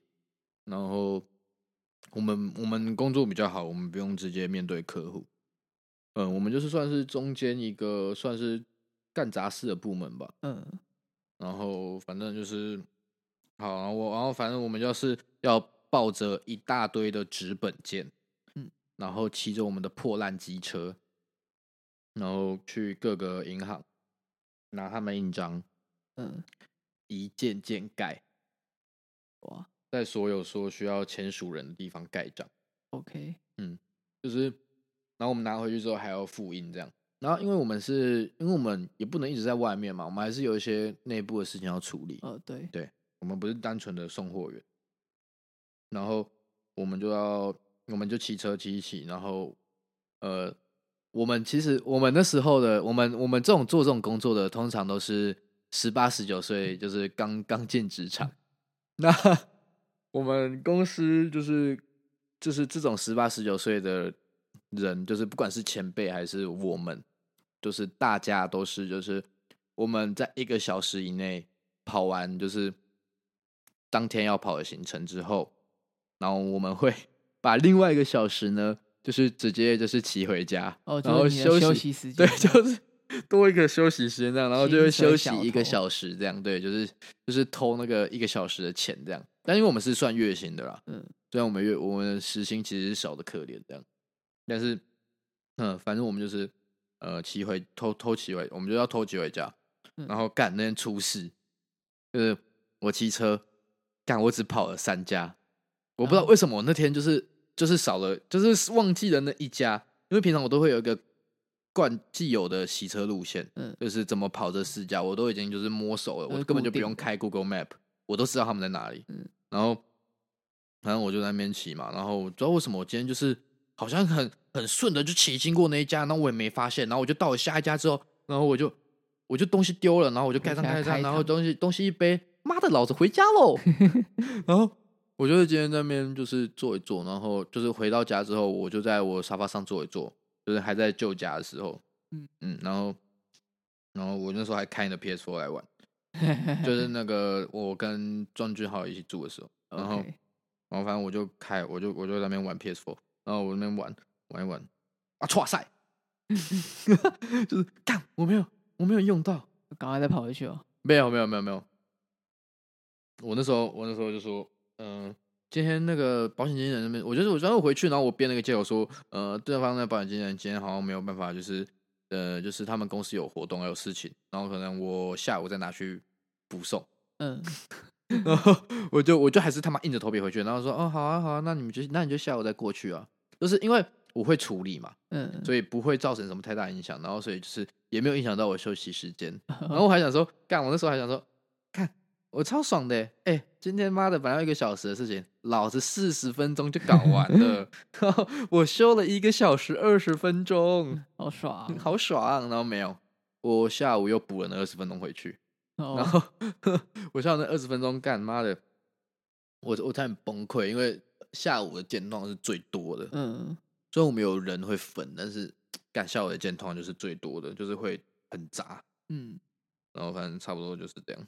Speaker 2: 然后我们我们工作比较好，我们不用直接面对客户，嗯，我们就是算是中间一个算是干杂事的部门吧。
Speaker 1: 嗯，
Speaker 2: 然后反正就是好，然后我然后反正我们就是要抱着一大堆的纸本件，
Speaker 1: 嗯，
Speaker 2: 然后骑着我们的破烂机车，然后去各个银行拿他们印章，
Speaker 1: 嗯，
Speaker 2: 一件件盖，
Speaker 1: 哇
Speaker 2: 在所有说需要签署人的地方盖章，
Speaker 1: ，OK，
Speaker 2: 就是然后我们拿回去之后还要复印这样。然后，因为我们是，因为我们也不能一直在外面嘛，我们还是有一些内部的事情要处理。
Speaker 1: 呃，对，
Speaker 2: 我们不是单纯的送货员，然后我们就要，我们就骑车骑一骑，然后呃，我们其实我们那时候的，我们我们这种做这种工作的，通常都是十八十九岁，就是刚刚进职场。 [LAUGHS] 那我们公司就是就是这种十八十九岁的人，就是不管是前辈还是我们，就是大家都是就是我们在一个小时以内跑完就是当天要跑的行程之后，然后我们会 [LAUGHS] 把另外一个小时呢，就是直接就是骑回家，
Speaker 1: 哦，
Speaker 2: 然后
Speaker 1: 就是你的休
Speaker 2: 休
Speaker 1: 息时间
Speaker 2: 对，
Speaker 1: 嘛，
Speaker 2: 就是多一个休息时间这样，然后就会
Speaker 1: 薪水
Speaker 2: 休息
Speaker 1: 小
Speaker 2: 一个
Speaker 1: 偷
Speaker 2: 小时这样，对，就是就是偷那个一个小时的钱这样。但因为我们是算月薪的啦，
Speaker 1: 嗯，
Speaker 2: 虽然我们月我们的时薪其实是少的可怜这样，但是嗯，反正我们就是呃骑回偷偷骑回，我们就要偷骑回家，
Speaker 1: 嗯
Speaker 2: 然后干那天出事，就是我骑车干，我只跑了三家，我不知道
Speaker 1: 然后
Speaker 2: 为什么我那天就是就是少了，就是忘记了那一家，因为平常我都会有一个惯既有的骑车路线，
Speaker 1: 嗯
Speaker 2: 就是怎么跑这四家，我都已经就是摸熟了，
Speaker 1: 都
Speaker 2: 我
Speaker 1: 是
Speaker 2: 根
Speaker 1: 固
Speaker 2: 本就不
Speaker 1: 定
Speaker 2: 用
Speaker 1: 的
Speaker 2: 开 Google Map，我都知道他们在哪里，
Speaker 1: 嗯
Speaker 2: 然后反正我就在那边骑嘛，然后我不知道为什么我今天就是好像很很顺的就骑经过那一家，然后我也没发现，然后我就到了下一家之后，然后我就我就东西丢了，然后我就盖上
Speaker 1: 回家
Speaker 2: 盖
Speaker 1: 开
Speaker 2: 上，然后
Speaker 1: 膛
Speaker 2: 东西东西一背，妈的，老子回家
Speaker 1: [LAUGHS]
Speaker 2: 喽！然后我就是今天在那边就是坐一坐，然后就是回到家之后，我就在我沙发上坐一坐，就是还在旧家的时候，
Speaker 1: 嗯
Speaker 2: 嗯，然后然后我那时候还开了
Speaker 1: [LAUGHS]
Speaker 2: PS4 来玩，就是那个我跟庄俊浩一起住的时候，然后
Speaker 1: OK，
Speaker 2: 然后反正我就开，我就我就在那边玩 PS4，然后我那边玩玩一玩，啊，哇塞， [LAUGHS] 就是干我没有我没有用到，
Speaker 1: 赶快再跑回去哦，
Speaker 2: 没有没有没有没有，我那时候我那时候就说，嗯、今天那个保险经纪人那边，我就是我然后回去，然后我编了一个借口说，呃，对方的保险经纪人今天好像没有办法，就是呃，就是他们公司有活动还有事情，然后可能我下午再拿去补送。
Speaker 1: 嗯，
Speaker 2: 然后我就我就还是他妈硬着头皮回去，然后说哦好啊好啊，那你们就那你就下午再过去啊，就是因为我会处理嘛，
Speaker 1: 嗯，
Speaker 2: 所以不会造成什么太大影响，然后所以就是也没有影响到我休息时间，然后我还想说干，我那时候还想说看我超爽的欸，哎、今天妈的本来要一个小时的事情，老子四十分钟就搞完了，然后我休了一个小时二十分钟，
Speaker 1: 好爽
Speaker 2: 嗯，好爽，然后没有，我下午又补了那二十分钟回去。然
Speaker 1: 哦，
Speaker 2: 后我下午那二十分钟干妈的，我我差点崩溃，因为下午的健痛是最多的。
Speaker 1: 嗯，
Speaker 2: 虽然我们有人会分，但是干下午的健痛就是最多的，就是会很杂。
Speaker 1: 嗯，
Speaker 2: 然后反正差不多就是这样，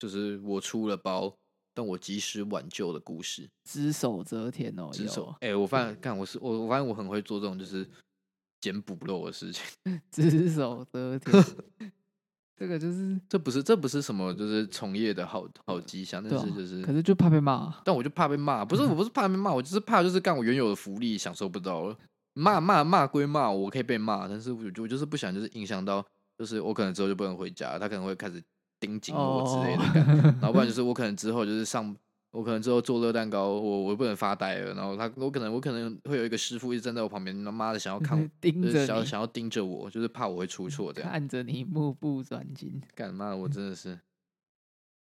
Speaker 2: 就是我出了包，但我及时挽救的故事。
Speaker 1: 只手遮天哦，
Speaker 2: 只手
Speaker 1: 有，
Speaker 2: 哎、我发现干我是我，我发现我很会做这种就是捡补漏的事情。 [LAUGHS]
Speaker 1: 只手遮天，这个就是
Speaker 2: 这不是这不是什么就是从业的好好迹象，
Speaker 1: 对
Speaker 2: 但
Speaker 1: 啊
Speaker 2: 是就是
Speaker 1: 可是就怕被骂，啊
Speaker 2: 但我就怕被骂，
Speaker 1: 嗯
Speaker 2: 不是我不是怕被骂，我就是怕就是干我原有的福利享受不到了。骂骂骂归骂，我可以被骂，但是我就我就是不想就是影响到，就是我可能之后就不能回家，他可能会开始盯紧我之类的
Speaker 1: 哦，
Speaker 2: 干。然后不然就是我可能之后就是上，我可能之后做热蛋糕，我我不能发呆了。然后他我可能我可能会有一个师傅一直站在我旁边，他妈的想要看我
Speaker 1: 嗯盯
Speaker 2: 就
Speaker 1: 着
Speaker 2: 是想要
Speaker 1: 你，
Speaker 2: 想要盯啊着我，就是怕我会出错这样。
Speaker 1: 看着你目不转睛，
Speaker 2: 干妈的，我真的是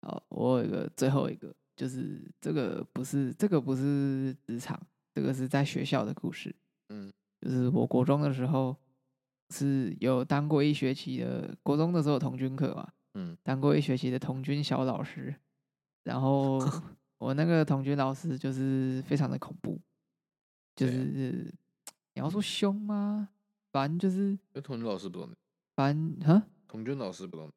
Speaker 1: 好，我有一个最后一个，就是这个不是这个不是职场，这个是在学校的故事。
Speaker 2: 嗯，
Speaker 1: 就是我国中的时候是有当过一学期的，国中的时候有童军课嘛，
Speaker 2: 嗯，
Speaker 1: 当过一学期的童军小老师，然
Speaker 2: [LAUGHS]
Speaker 1: 后我那个童军老师就是非常的恐怖，就
Speaker 2: 对啊
Speaker 1: 是你要说凶吗？反正就是
Speaker 2: 那童军老师不懂，
Speaker 1: 反正哈，
Speaker 2: 童军老师不懂，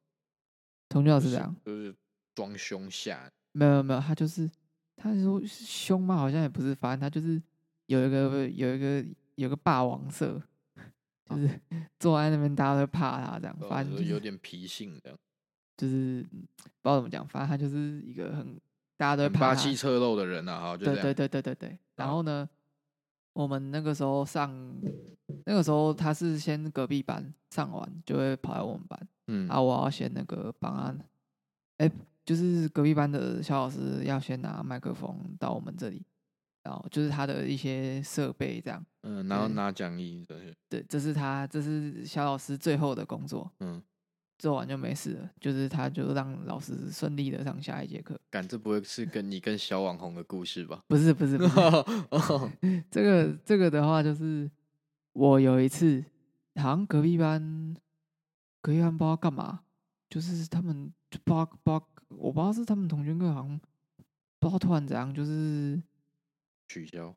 Speaker 1: 童军老师
Speaker 2: 就
Speaker 1: 这
Speaker 2: 是
Speaker 1: 样，
Speaker 2: 就是装凶吓
Speaker 1: 没有没有没有，他就是他说是凶吗？好像也不是，反正他就是有一个有一个有个霸王色，就
Speaker 2: 啊
Speaker 1: 是坐在那边大家都怕他这样，
Speaker 2: 你，
Speaker 1: 反
Speaker 2: 就
Speaker 1: 正就
Speaker 2: 是哦呃有
Speaker 1: 是
Speaker 2: 点脾性这样，
Speaker 1: 就是嗯不知道怎么讲，反正他就是一个很大家都会
Speaker 2: 很
Speaker 1: 怕
Speaker 2: 嗯霸
Speaker 1: 他
Speaker 2: 气侧漏的人啊，好，就这
Speaker 1: 对
Speaker 2: 样，
Speaker 1: 对对对对对。然
Speaker 2: 啊
Speaker 1: 后呢，我们那个时候上，那个时候他是先隔壁班上完，就会跑来我们班，
Speaker 2: 嗯，
Speaker 1: 啊，我要先那个帮他，哎，就是隔壁班的小老师要先拿麦克风到我们这里，然后就是他的一些设备这样。
Speaker 2: 嗯，然后
Speaker 1: 对
Speaker 2: 拿讲义这些，
Speaker 1: 对，这是他，这是小老师最后的工作，
Speaker 2: 嗯，
Speaker 1: 做完就没事了，就是他就让老师顺利的上下一节课。
Speaker 2: 感这不会是跟你跟小网红的故事 [LAUGHS] 吧？
Speaker 1: 不是不是不是，
Speaker 2: 哦
Speaker 1: 这个这个的话，就是我有一次，好像隔壁班隔壁班不知道干嘛，就是他们就不知道不知道，我不知道是他们同学课好像不知道突然怎样，就是
Speaker 2: 取消，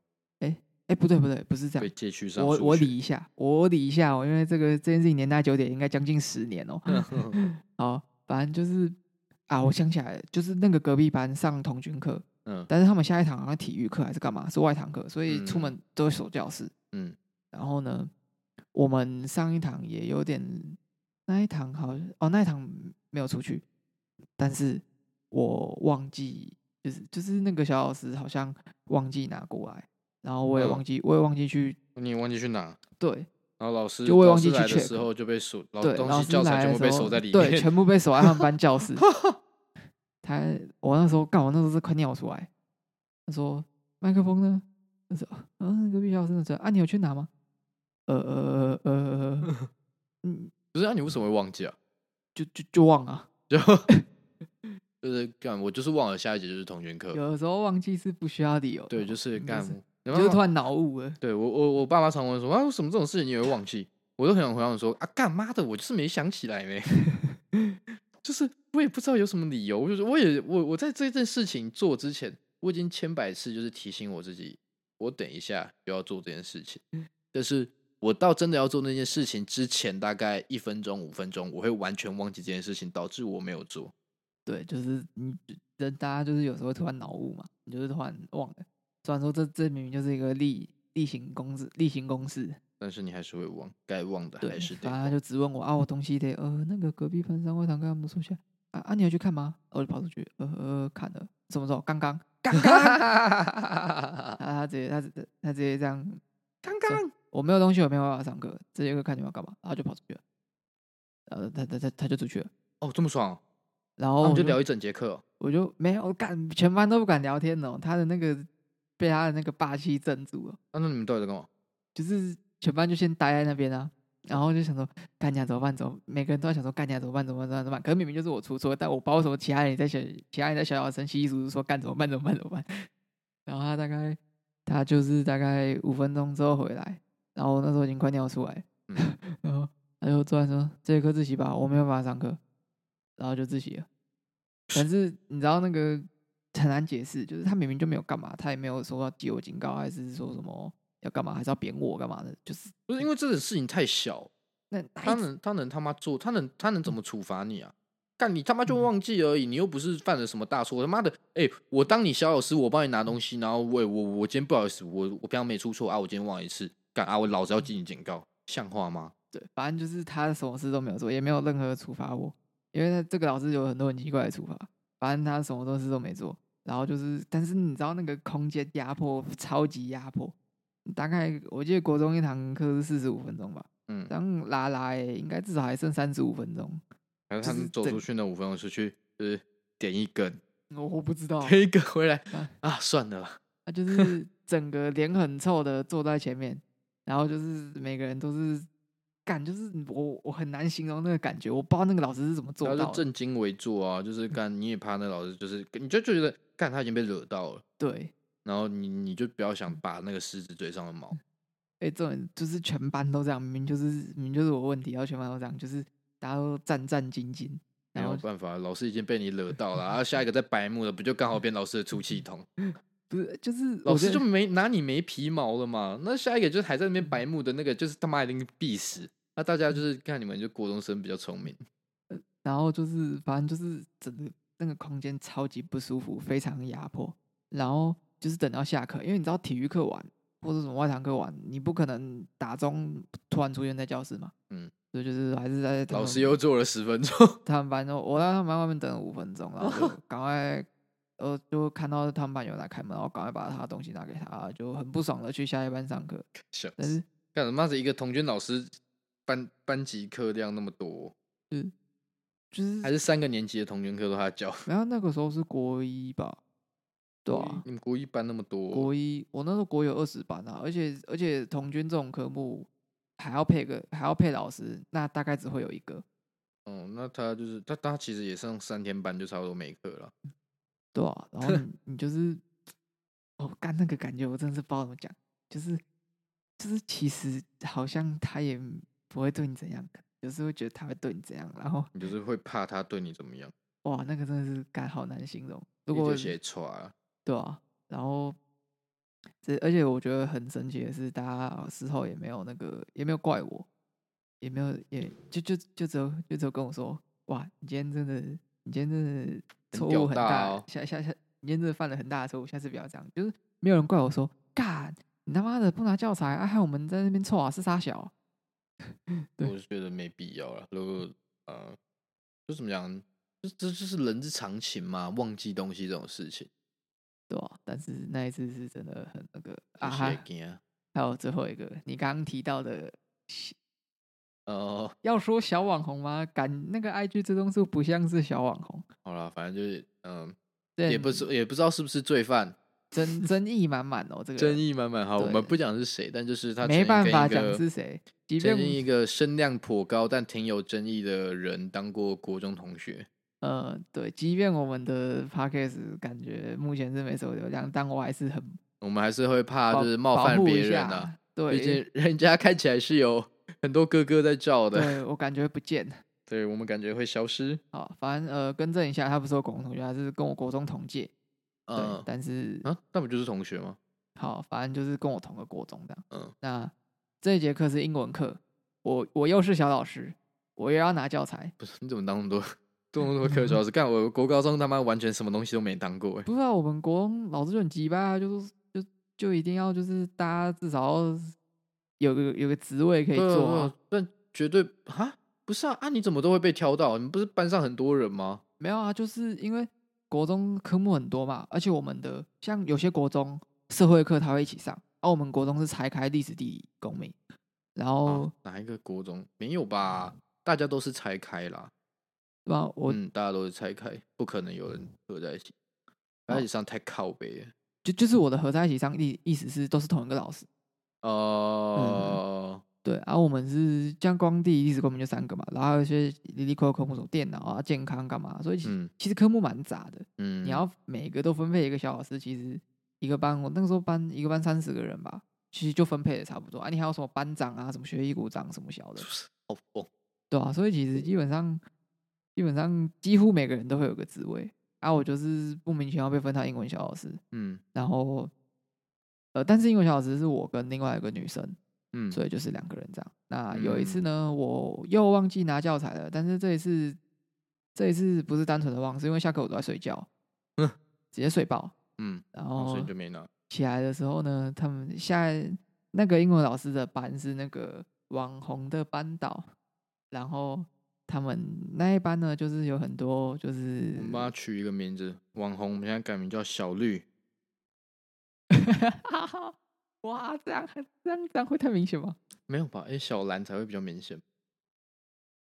Speaker 1: 哎、不对不对，不是这
Speaker 2: 被
Speaker 1: 样，
Speaker 2: 借去上
Speaker 1: 我
Speaker 2: 数
Speaker 1: 我
Speaker 2: 学 [LAUGHS]
Speaker 1: 理一下，我理一下哦，因为这个这件事情年代久点，应该将近十年哦。
Speaker 2: 嗯
Speaker 1: 好，反正就是啊，我想起来了，就是那个隔壁班上童军课，
Speaker 2: 嗯
Speaker 1: 但是他们下一堂好像体育课还是干嘛，是外堂课，所以出
Speaker 2: 嗯
Speaker 1: 门都会守教室。
Speaker 2: 嗯，
Speaker 1: 然后呢，我们上一堂也有点，那一堂好像哦，那一堂没有出去，但是我忘记，就是就是那个小老师好像忘记拿过来，然后我也
Speaker 2: 嗯
Speaker 1: 忘记，我也忘记去
Speaker 2: 你也忘记去拿，
Speaker 1: 对
Speaker 2: 然后老师
Speaker 1: 就我也
Speaker 2: 老
Speaker 1: 忘
Speaker 2: 师
Speaker 1: 记去
Speaker 2: 来的
Speaker 1: check
Speaker 2: 时候就被锁，老
Speaker 1: 对，
Speaker 2: 东
Speaker 1: 老
Speaker 2: 西
Speaker 1: 师
Speaker 2: 教材
Speaker 1: 来
Speaker 2: 全
Speaker 1: 的
Speaker 2: 部
Speaker 1: 时
Speaker 2: 被
Speaker 1: 候
Speaker 2: 锁在里面，
Speaker 1: 对，全部被锁在他们班教
Speaker 2: [LAUGHS]
Speaker 1: 室。他我那时候干，我那时候是快尿出来。他说麦克风呢？他说嗯，隔壁小老师呢？啊，你有去拿吗？呃呃呃呃，呃嗯，
Speaker 2: 不是啊？你为什么会忘记啊？
Speaker 1: 就就就忘啊了。 [LAUGHS]
Speaker 2: 就 [LAUGHS] 就是干，我就是忘了下一节就是同学课，
Speaker 1: 有的时候忘记是不需要理由的嘛，
Speaker 2: 呃对，就是干，然
Speaker 1: 就是突然脑雾了。
Speaker 2: 对我我我爸妈常问说啊，为什么这种事情你也会忘记？我都很想回答我说啊，干妈的，我就是没想起来没， [LAUGHS] 就是我也不知道有什么理由，就是我也我我在这件事情做之前，我已经千百次就是提醒我自己，我等一下就要做这件事情，
Speaker 1: 嗯
Speaker 2: 但是我到真的要做那件事情之前，大概一分钟五分钟，我会完全忘记这件事情，导致我没有做。
Speaker 1: 对，就是你人大家就是有时候会突然脑雾嘛，你就是突然忘了。虽然说这这明明就是一个例例行公式，例行公式，
Speaker 2: 但是你还是会忘，该忘的
Speaker 1: 对，
Speaker 2: 还是得
Speaker 1: 反正他
Speaker 2: 忘。
Speaker 1: 就质问我啊，我东西得呃，那个隔壁班上外堂跟他们说一下啊啊，你要去看吗？我就跑出去，呃呃，看了什么时候？刚刚，刚刚， [LAUGHS] 啊，他直接他直他直接这样，
Speaker 2: 刚
Speaker 1: 刚我没有东西，我没有办法上课，这节课看你们要干嘛，然后就跑出去了，呃，他他他他就出去了，
Speaker 2: 哦，这么爽哦，
Speaker 1: 然
Speaker 2: 我
Speaker 1: 后
Speaker 2: 们就
Speaker 1: 我
Speaker 2: 聊一整节课哦。
Speaker 1: 我就没有敢，全班都不敢聊天哦。他的那个被他的那个霸气镇住了，
Speaker 2: 啊，那你们到底在干嘛？
Speaker 1: 就是全班就先待在那边啊，然后就想说干架怎么办？怎么每个人都在想说干架怎么办？怎么办？怎么办？怎么办？可是明明就是我出错，但我不知道为什么其他人也在小，其他人在小小声稀稀疏疏说干怎么办？怎么办？怎么办？ [LAUGHS] 然后他大概他就是大概五分钟之后回来，然后我那时候已经快尿出来，
Speaker 2: 嗯
Speaker 1: 然后他就突然说这节课自习吧，我没有办法上课，然后就自习了。可是你知道那个很难解释，就是他明明就没有干嘛，他也没有说要记我警告，还是说什么要干嘛，还是要扁我干嘛的，就是
Speaker 2: [LAUGHS] 不是因为这种事情太小，
Speaker 1: 那他
Speaker 2: 他
Speaker 1: 们
Speaker 2: 能他能他妈做，他能他能
Speaker 1: 嗯
Speaker 2: 怎么处罚你啊？干你他妈就忘记而已，你又不是犯了什么大错。他妈的，哎、我当你小老师，我帮你拿东西，然后我我我今天不好意思，我我平常没出错啊，我今天忘了一次，干啊，我老子要记你警告，像话吗？
Speaker 1: 对，反正就是他什么事都没有做，也没有任何处罚我，因为他这个老师有很多很奇怪的处罚，反正他什么东西都没做，然后就是，但是你知道那个空间压迫超级压迫，大概我记得国中一堂课是四十五分钟吧，
Speaker 2: 嗯
Speaker 1: 这，样拉拉欸应该至少还剩三十五分钟，
Speaker 2: 还有他
Speaker 1: 就是
Speaker 2: 们走
Speaker 1: 整
Speaker 2: 出去那五分钟出去，就是点一根，
Speaker 1: 我我不知道，
Speaker 2: 点一根回来
Speaker 1: 啊
Speaker 2: 啊，算了啦，
Speaker 1: [LAUGHS] 他就是整个脸很臭的坐在前面，然后就是每个人都是感就是我我很难形容那个感觉，我不知道那个老师是怎么做
Speaker 2: 他
Speaker 1: 到
Speaker 2: 就
Speaker 1: 的。
Speaker 2: 正襟危坐啊，就是干你也怕那老师，就是你就就觉得干他已经被惹到了，
Speaker 1: 对，
Speaker 2: 然后你你就不要想拔那个狮子嘴上的毛，
Speaker 1: 哎，这种就是全班都这样，明明就是明明就是我问题，然后全班都这样，就是大家都战战兢兢，
Speaker 2: 没
Speaker 1: 然
Speaker 2: 有
Speaker 1: 后
Speaker 2: 办法，老师已经被你惹到了，然后下一个再白目的不就刚好变老师的出气筒？
Speaker 1: 不是就是
Speaker 2: 老
Speaker 1: 我觉
Speaker 2: 师
Speaker 1: 得
Speaker 2: 就没拿你没皮毛了嘛？那下一个就是还在那边白目的那个，就是他妈一定必死。那大家就是看你们就国中生比较聪明，
Speaker 1: 然后就是反正就是整个那个空间超级不舒服，非常压迫。然后就是等到下课，因为你知道体育课完或者什么外堂课完，你不可能打钟突然出现在教室嘛。
Speaker 2: 嗯，
Speaker 1: 所以就是还是在他
Speaker 2: 老
Speaker 1: 们
Speaker 2: 师又做了十分钟，
Speaker 1: 他们班中，我在他们班外面等了五分钟，然
Speaker 2: 哦
Speaker 1: 后就赶快。呃，就看到他们班有人来开门，然后赶快把他的东西拿给他，就很不爽的去下一班上课。
Speaker 2: 笑
Speaker 1: 但是
Speaker 2: 死！干他妈的一个童军老师班班级课量那么多，
Speaker 1: 就是
Speaker 2: 还是三个年级的童军课都他教，
Speaker 1: 然后那个时候是国一吧，对
Speaker 2: 国
Speaker 1: 啊
Speaker 2: 一，你们国一班那么多，
Speaker 1: 国一，我那时候国有二十班啊，而且而且童军这种科目还要配个还要配老师，那大概只会有一个，
Speaker 2: 嗯，那他就是他他其实也上三天班就差不多没课了，
Speaker 1: 对啊，然后
Speaker 2: [LAUGHS]
Speaker 1: 你你就是，哦，干那个感觉我真的是不知道怎么讲，就是就是其实好像他也不会对你怎样，有时候会觉得他会对你怎样，然后
Speaker 2: 你就是会怕他对你怎么样，
Speaker 1: 哇，那个真的是干好难形容。
Speaker 2: 你
Speaker 1: 如果
Speaker 2: 就写错啊，
Speaker 1: 对啊，然后这而且我觉得很神奇的是，大家事后也没有那个也没有怪我，也没有也就就就只有就只有跟我说，哇，你今天真的你今天真的
Speaker 2: 很
Speaker 1: 错
Speaker 2: 屌
Speaker 1: 误很
Speaker 2: 大
Speaker 1: 大，
Speaker 2: 哦
Speaker 1: 下下下，你今天真的犯了很大的错误，下次不要这样。就是没有人怪我说，干你他妈的不拿教材，啊、害我们在那边错啊，是傻小。对
Speaker 2: 我是觉得没必要了。如果呃，就怎么讲，这这就是人之常情嘛，忘记东西这种事情，
Speaker 1: 对啊，但是那一次是真的很那个啊
Speaker 2: 啊
Speaker 1: 哈
Speaker 2: 哈。，惊
Speaker 1: 还有最后一个，你刚刚提到的
Speaker 2: 哦， [LAUGHS]
Speaker 1: 要说小网红吗？感那个 IG 追踪数不像是小网红，
Speaker 2: 好啦，反正就是嗯、
Speaker 1: 但
Speaker 2: 也不是也不知道是不是罪犯，
Speaker 1: 争争议满满哦，这个
Speaker 2: [LAUGHS] 争议满满。好，我
Speaker 1: 对
Speaker 2: 们不讲是谁，但就是他
Speaker 1: 没
Speaker 2: 曾
Speaker 1: 办
Speaker 2: 经跟
Speaker 1: 法
Speaker 2: 一个
Speaker 1: 讲是谁，即
Speaker 2: 曾
Speaker 1: 便
Speaker 2: 经一个声量颇高但挺有争议的人当过国中同学，
Speaker 1: 呃对，即便我们的 podcast 感觉目前是没什么流量，但我还是很
Speaker 2: 我们还是会怕
Speaker 1: 保
Speaker 2: 就是冒
Speaker 1: 保
Speaker 2: 犯
Speaker 1: 护一
Speaker 2: 别人
Speaker 1: 下，
Speaker 2: 啊，毕
Speaker 1: 对
Speaker 2: 竟人家看起来是有很多哥哥在照
Speaker 1: [LAUGHS]
Speaker 2: 的，
Speaker 1: 对，我感觉不见
Speaker 2: 对我们感觉会消失。
Speaker 1: 好，反正呃更正一下，他不是我国中同学，他是跟我国中同届，对，
Speaker 2: 嗯
Speaker 1: 但是
Speaker 2: 啊，那不就是同学吗？
Speaker 1: 好，反正就是跟我同个国中这样。
Speaker 2: 嗯，
Speaker 1: 那这一节课是英文课，我我又是小老师，我又要拿教材。
Speaker 2: 不是，你怎么当那么多当那么
Speaker 1: [LAUGHS]
Speaker 2: 多科学老师？干我国高中他妈完全什么东西都没当过、欸，
Speaker 1: 不知道我们国中老师就很急吧，就是就就一定要就是大家至少要有个有个职位可以
Speaker 2: 对啊
Speaker 1: 做、
Speaker 2: 对
Speaker 1: 啊
Speaker 2: 啊，但绝对啊，不是啊啊！你怎么都会被挑到？你不是班上很多人吗？
Speaker 1: 没有啊，就是因为国中科目很多嘛，而且我们的像有些国中社会课他会一起上，啊而、我们国中是拆开历史、地理、公民，然后
Speaker 2: 啊，哪一个国中没有吧？大家都是拆开啦，
Speaker 1: 对吧、我
Speaker 2: 嗯，大家都是拆开，不可能有人合在一起。合
Speaker 1: 哦
Speaker 2: 在一起上太靠北了。
Speaker 1: 就就是我的合在一起上，意意思是都是同一个老师，嗯
Speaker 2: 哦、
Speaker 1: 对，然、后我们是像光地理、历史、公民就三个嘛，然后还有一些离离扣扣科目，什么电脑啊、健康干嘛，所以其实、
Speaker 2: 嗯
Speaker 1: 其实科目蛮杂的。
Speaker 2: 嗯，
Speaker 1: 你要每个都分配一个小老师，其实一个班，我那个时候班一个班三十个人吧，其实就分配的差不多啊。你还有什么班长啊，什么学艺股长什么小的，
Speaker 2: 好疯
Speaker 1: 对啊，所以其实基本上基本上几乎每个人都会有个职位啊。我就是莫名其妙被分到英文小老师，
Speaker 2: 嗯
Speaker 1: 然后呃，但是英文小老师是我跟另外一个女生，
Speaker 2: 嗯，
Speaker 1: 所以就是两个人这样。那有一次呢，我又忘记拿教材了，但是这一次，这一次不是单纯的忘，是因为下课我都在睡觉，
Speaker 2: 嗯
Speaker 1: 直接睡爆。
Speaker 2: 嗯，
Speaker 1: 然后
Speaker 2: 哦所以你就没拿。
Speaker 1: 起来的时候呢，他们下那个英文老师的班是那个网红的班导，然后他们那一班呢，就是有很多就是
Speaker 2: 我们帮他取一个名字，网红，我们现在改名叫小绿。
Speaker 1: 哇，这样这样这样会太明显吗？
Speaker 2: 没有吧？哎、小蓝才会比较明显。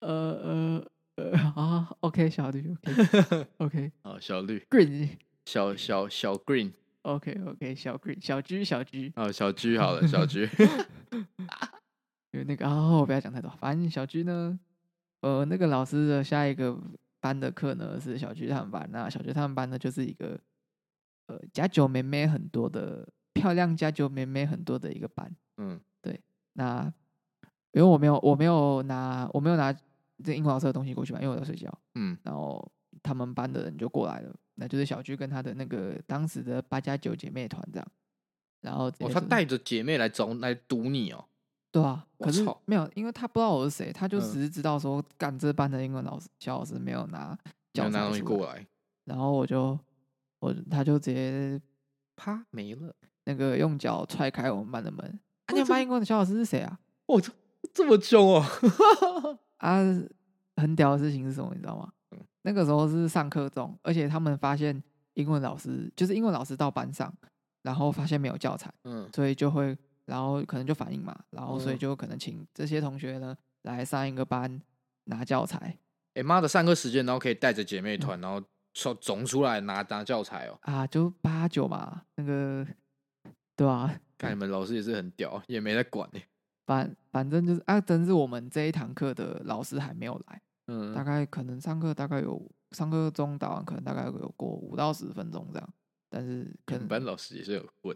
Speaker 1: 呃呃呃 [LAUGHS] 啊，OK，小绿，OK OK
Speaker 2: 啊，小绿，
Speaker 1: Green。
Speaker 2: 小小小 green，
Speaker 1: OK OK，小 Green 小 G 小 G， [LAUGHS]
Speaker 2: 啊，小 G 好了，小 G，
Speaker 1: 有那个哦，不要讲太多。反正小居呢，呃，那个老师的下一个班的课呢是小居他们班，那小居他们班呢就是一个呃假酒妹妹很多的漂亮假酒妹妹很多的一个班。
Speaker 2: 嗯
Speaker 1: 那因为我没有我没有拿我没有拿这英文老师的东西过去嘛，因为我在睡觉。
Speaker 2: 嗯
Speaker 1: 然后他们班的人就过来了，那就是小居跟他的那个当时的八加九姐妹团这样。然后直
Speaker 2: 哦，
Speaker 1: 接
Speaker 2: 他
Speaker 1: 就是
Speaker 2: 带着姐妹来找来堵你哦，
Speaker 1: 对啊，可
Speaker 2: 我
Speaker 1: 是
Speaker 2: 操
Speaker 1: 没有，因为他不知道我是谁，他就
Speaker 2: 嗯
Speaker 1: 只是知道说，干、这班的英文老师小老师没有拿
Speaker 2: 要
Speaker 1: 教
Speaker 2: 拿
Speaker 1: 材
Speaker 2: 东西
Speaker 1: 出来
Speaker 2: 过啊来，
Speaker 1: 然后我就我他就直接
Speaker 2: 啪没了。
Speaker 1: 那个用脚踹开我们班的门。啊，你
Speaker 2: 这
Speaker 1: 们班英文的小老师是谁啊？
Speaker 2: 哦，这这么凶
Speaker 1: [LAUGHS]
Speaker 2: 哦，
Speaker 1: 啊，很屌的事情是什么，你知道吗
Speaker 2: 嗯？
Speaker 1: 那个时候是上课中，而且他们发现英文老师就是英文老师到班上，然后发现没有教材，
Speaker 2: 嗯
Speaker 1: 所以就会，然后可能就反应嘛，然后所以
Speaker 2: 嗯
Speaker 1: 就可能请这些同学呢来上一个班拿教材
Speaker 2: 哎、妈的，上课时间，然后可以带着姐妹团，然后从总出来拿拿教材哦。
Speaker 1: 啊，就八九嘛，那个对啊？
Speaker 2: 看你们老师也是很屌，也没在管你。
Speaker 1: 反反正就是啊，真是我们这一堂课的老师还没有来，
Speaker 2: 嗯，
Speaker 1: 大概可能上课大概有上课中打完，可能大概有过五到十分钟这样，但是可
Speaker 2: 你们
Speaker 1: 能
Speaker 2: 班老师也是有
Speaker 1: [LAUGHS]
Speaker 2: 混，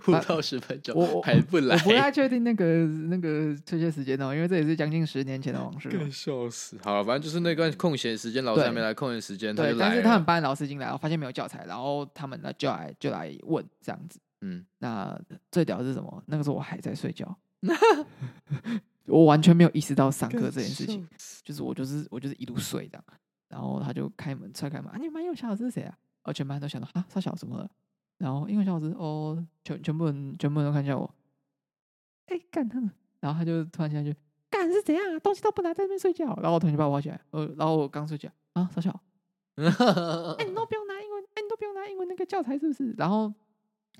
Speaker 2: 不
Speaker 1: 班
Speaker 2: 到十分钟
Speaker 1: 我我
Speaker 2: 还不来
Speaker 1: 我，不太确定那个那个确切时间哦，因为这也是将近十年前的往事了
Speaker 2: 更。笑死。嗯好了，反正就是那段空闲时间，老师还
Speaker 1: 对
Speaker 2: 没来，空闲时间他
Speaker 1: 对
Speaker 2: 就，来
Speaker 1: 但
Speaker 2: 了。
Speaker 1: 是他们班老师已经来了，发现没有教材，然后他们呢就来就来问这样子。
Speaker 2: 嗯，
Speaker 1: 那最屌的是什么？那个时候我还在睡
Speaker 2: [LAUGHS]
Speaker 1: 觉，我完全没有意识到上课这件事情，
Speaker 2: 更笑死。
Speaker 1: 就是我就是我就是一路睡这样。然后他就开门踹开门，啊，你们班英文小老师是谁啊？而全班都想到啊，他小什么了？然后英文小老师哦，全全部人全部人都看向我，哎、干他们！然后他就突然间就干是怎样啊？东西都不拿，在那边睡觉。然后我同学把我挖起来，呃，然后我刚睡觉啊，傻小，
Speaker 2: [LAUGHS]
Speaker 1: 哎、你都不用拿英文，哎、你都不用拿英文那个教材是不是？然后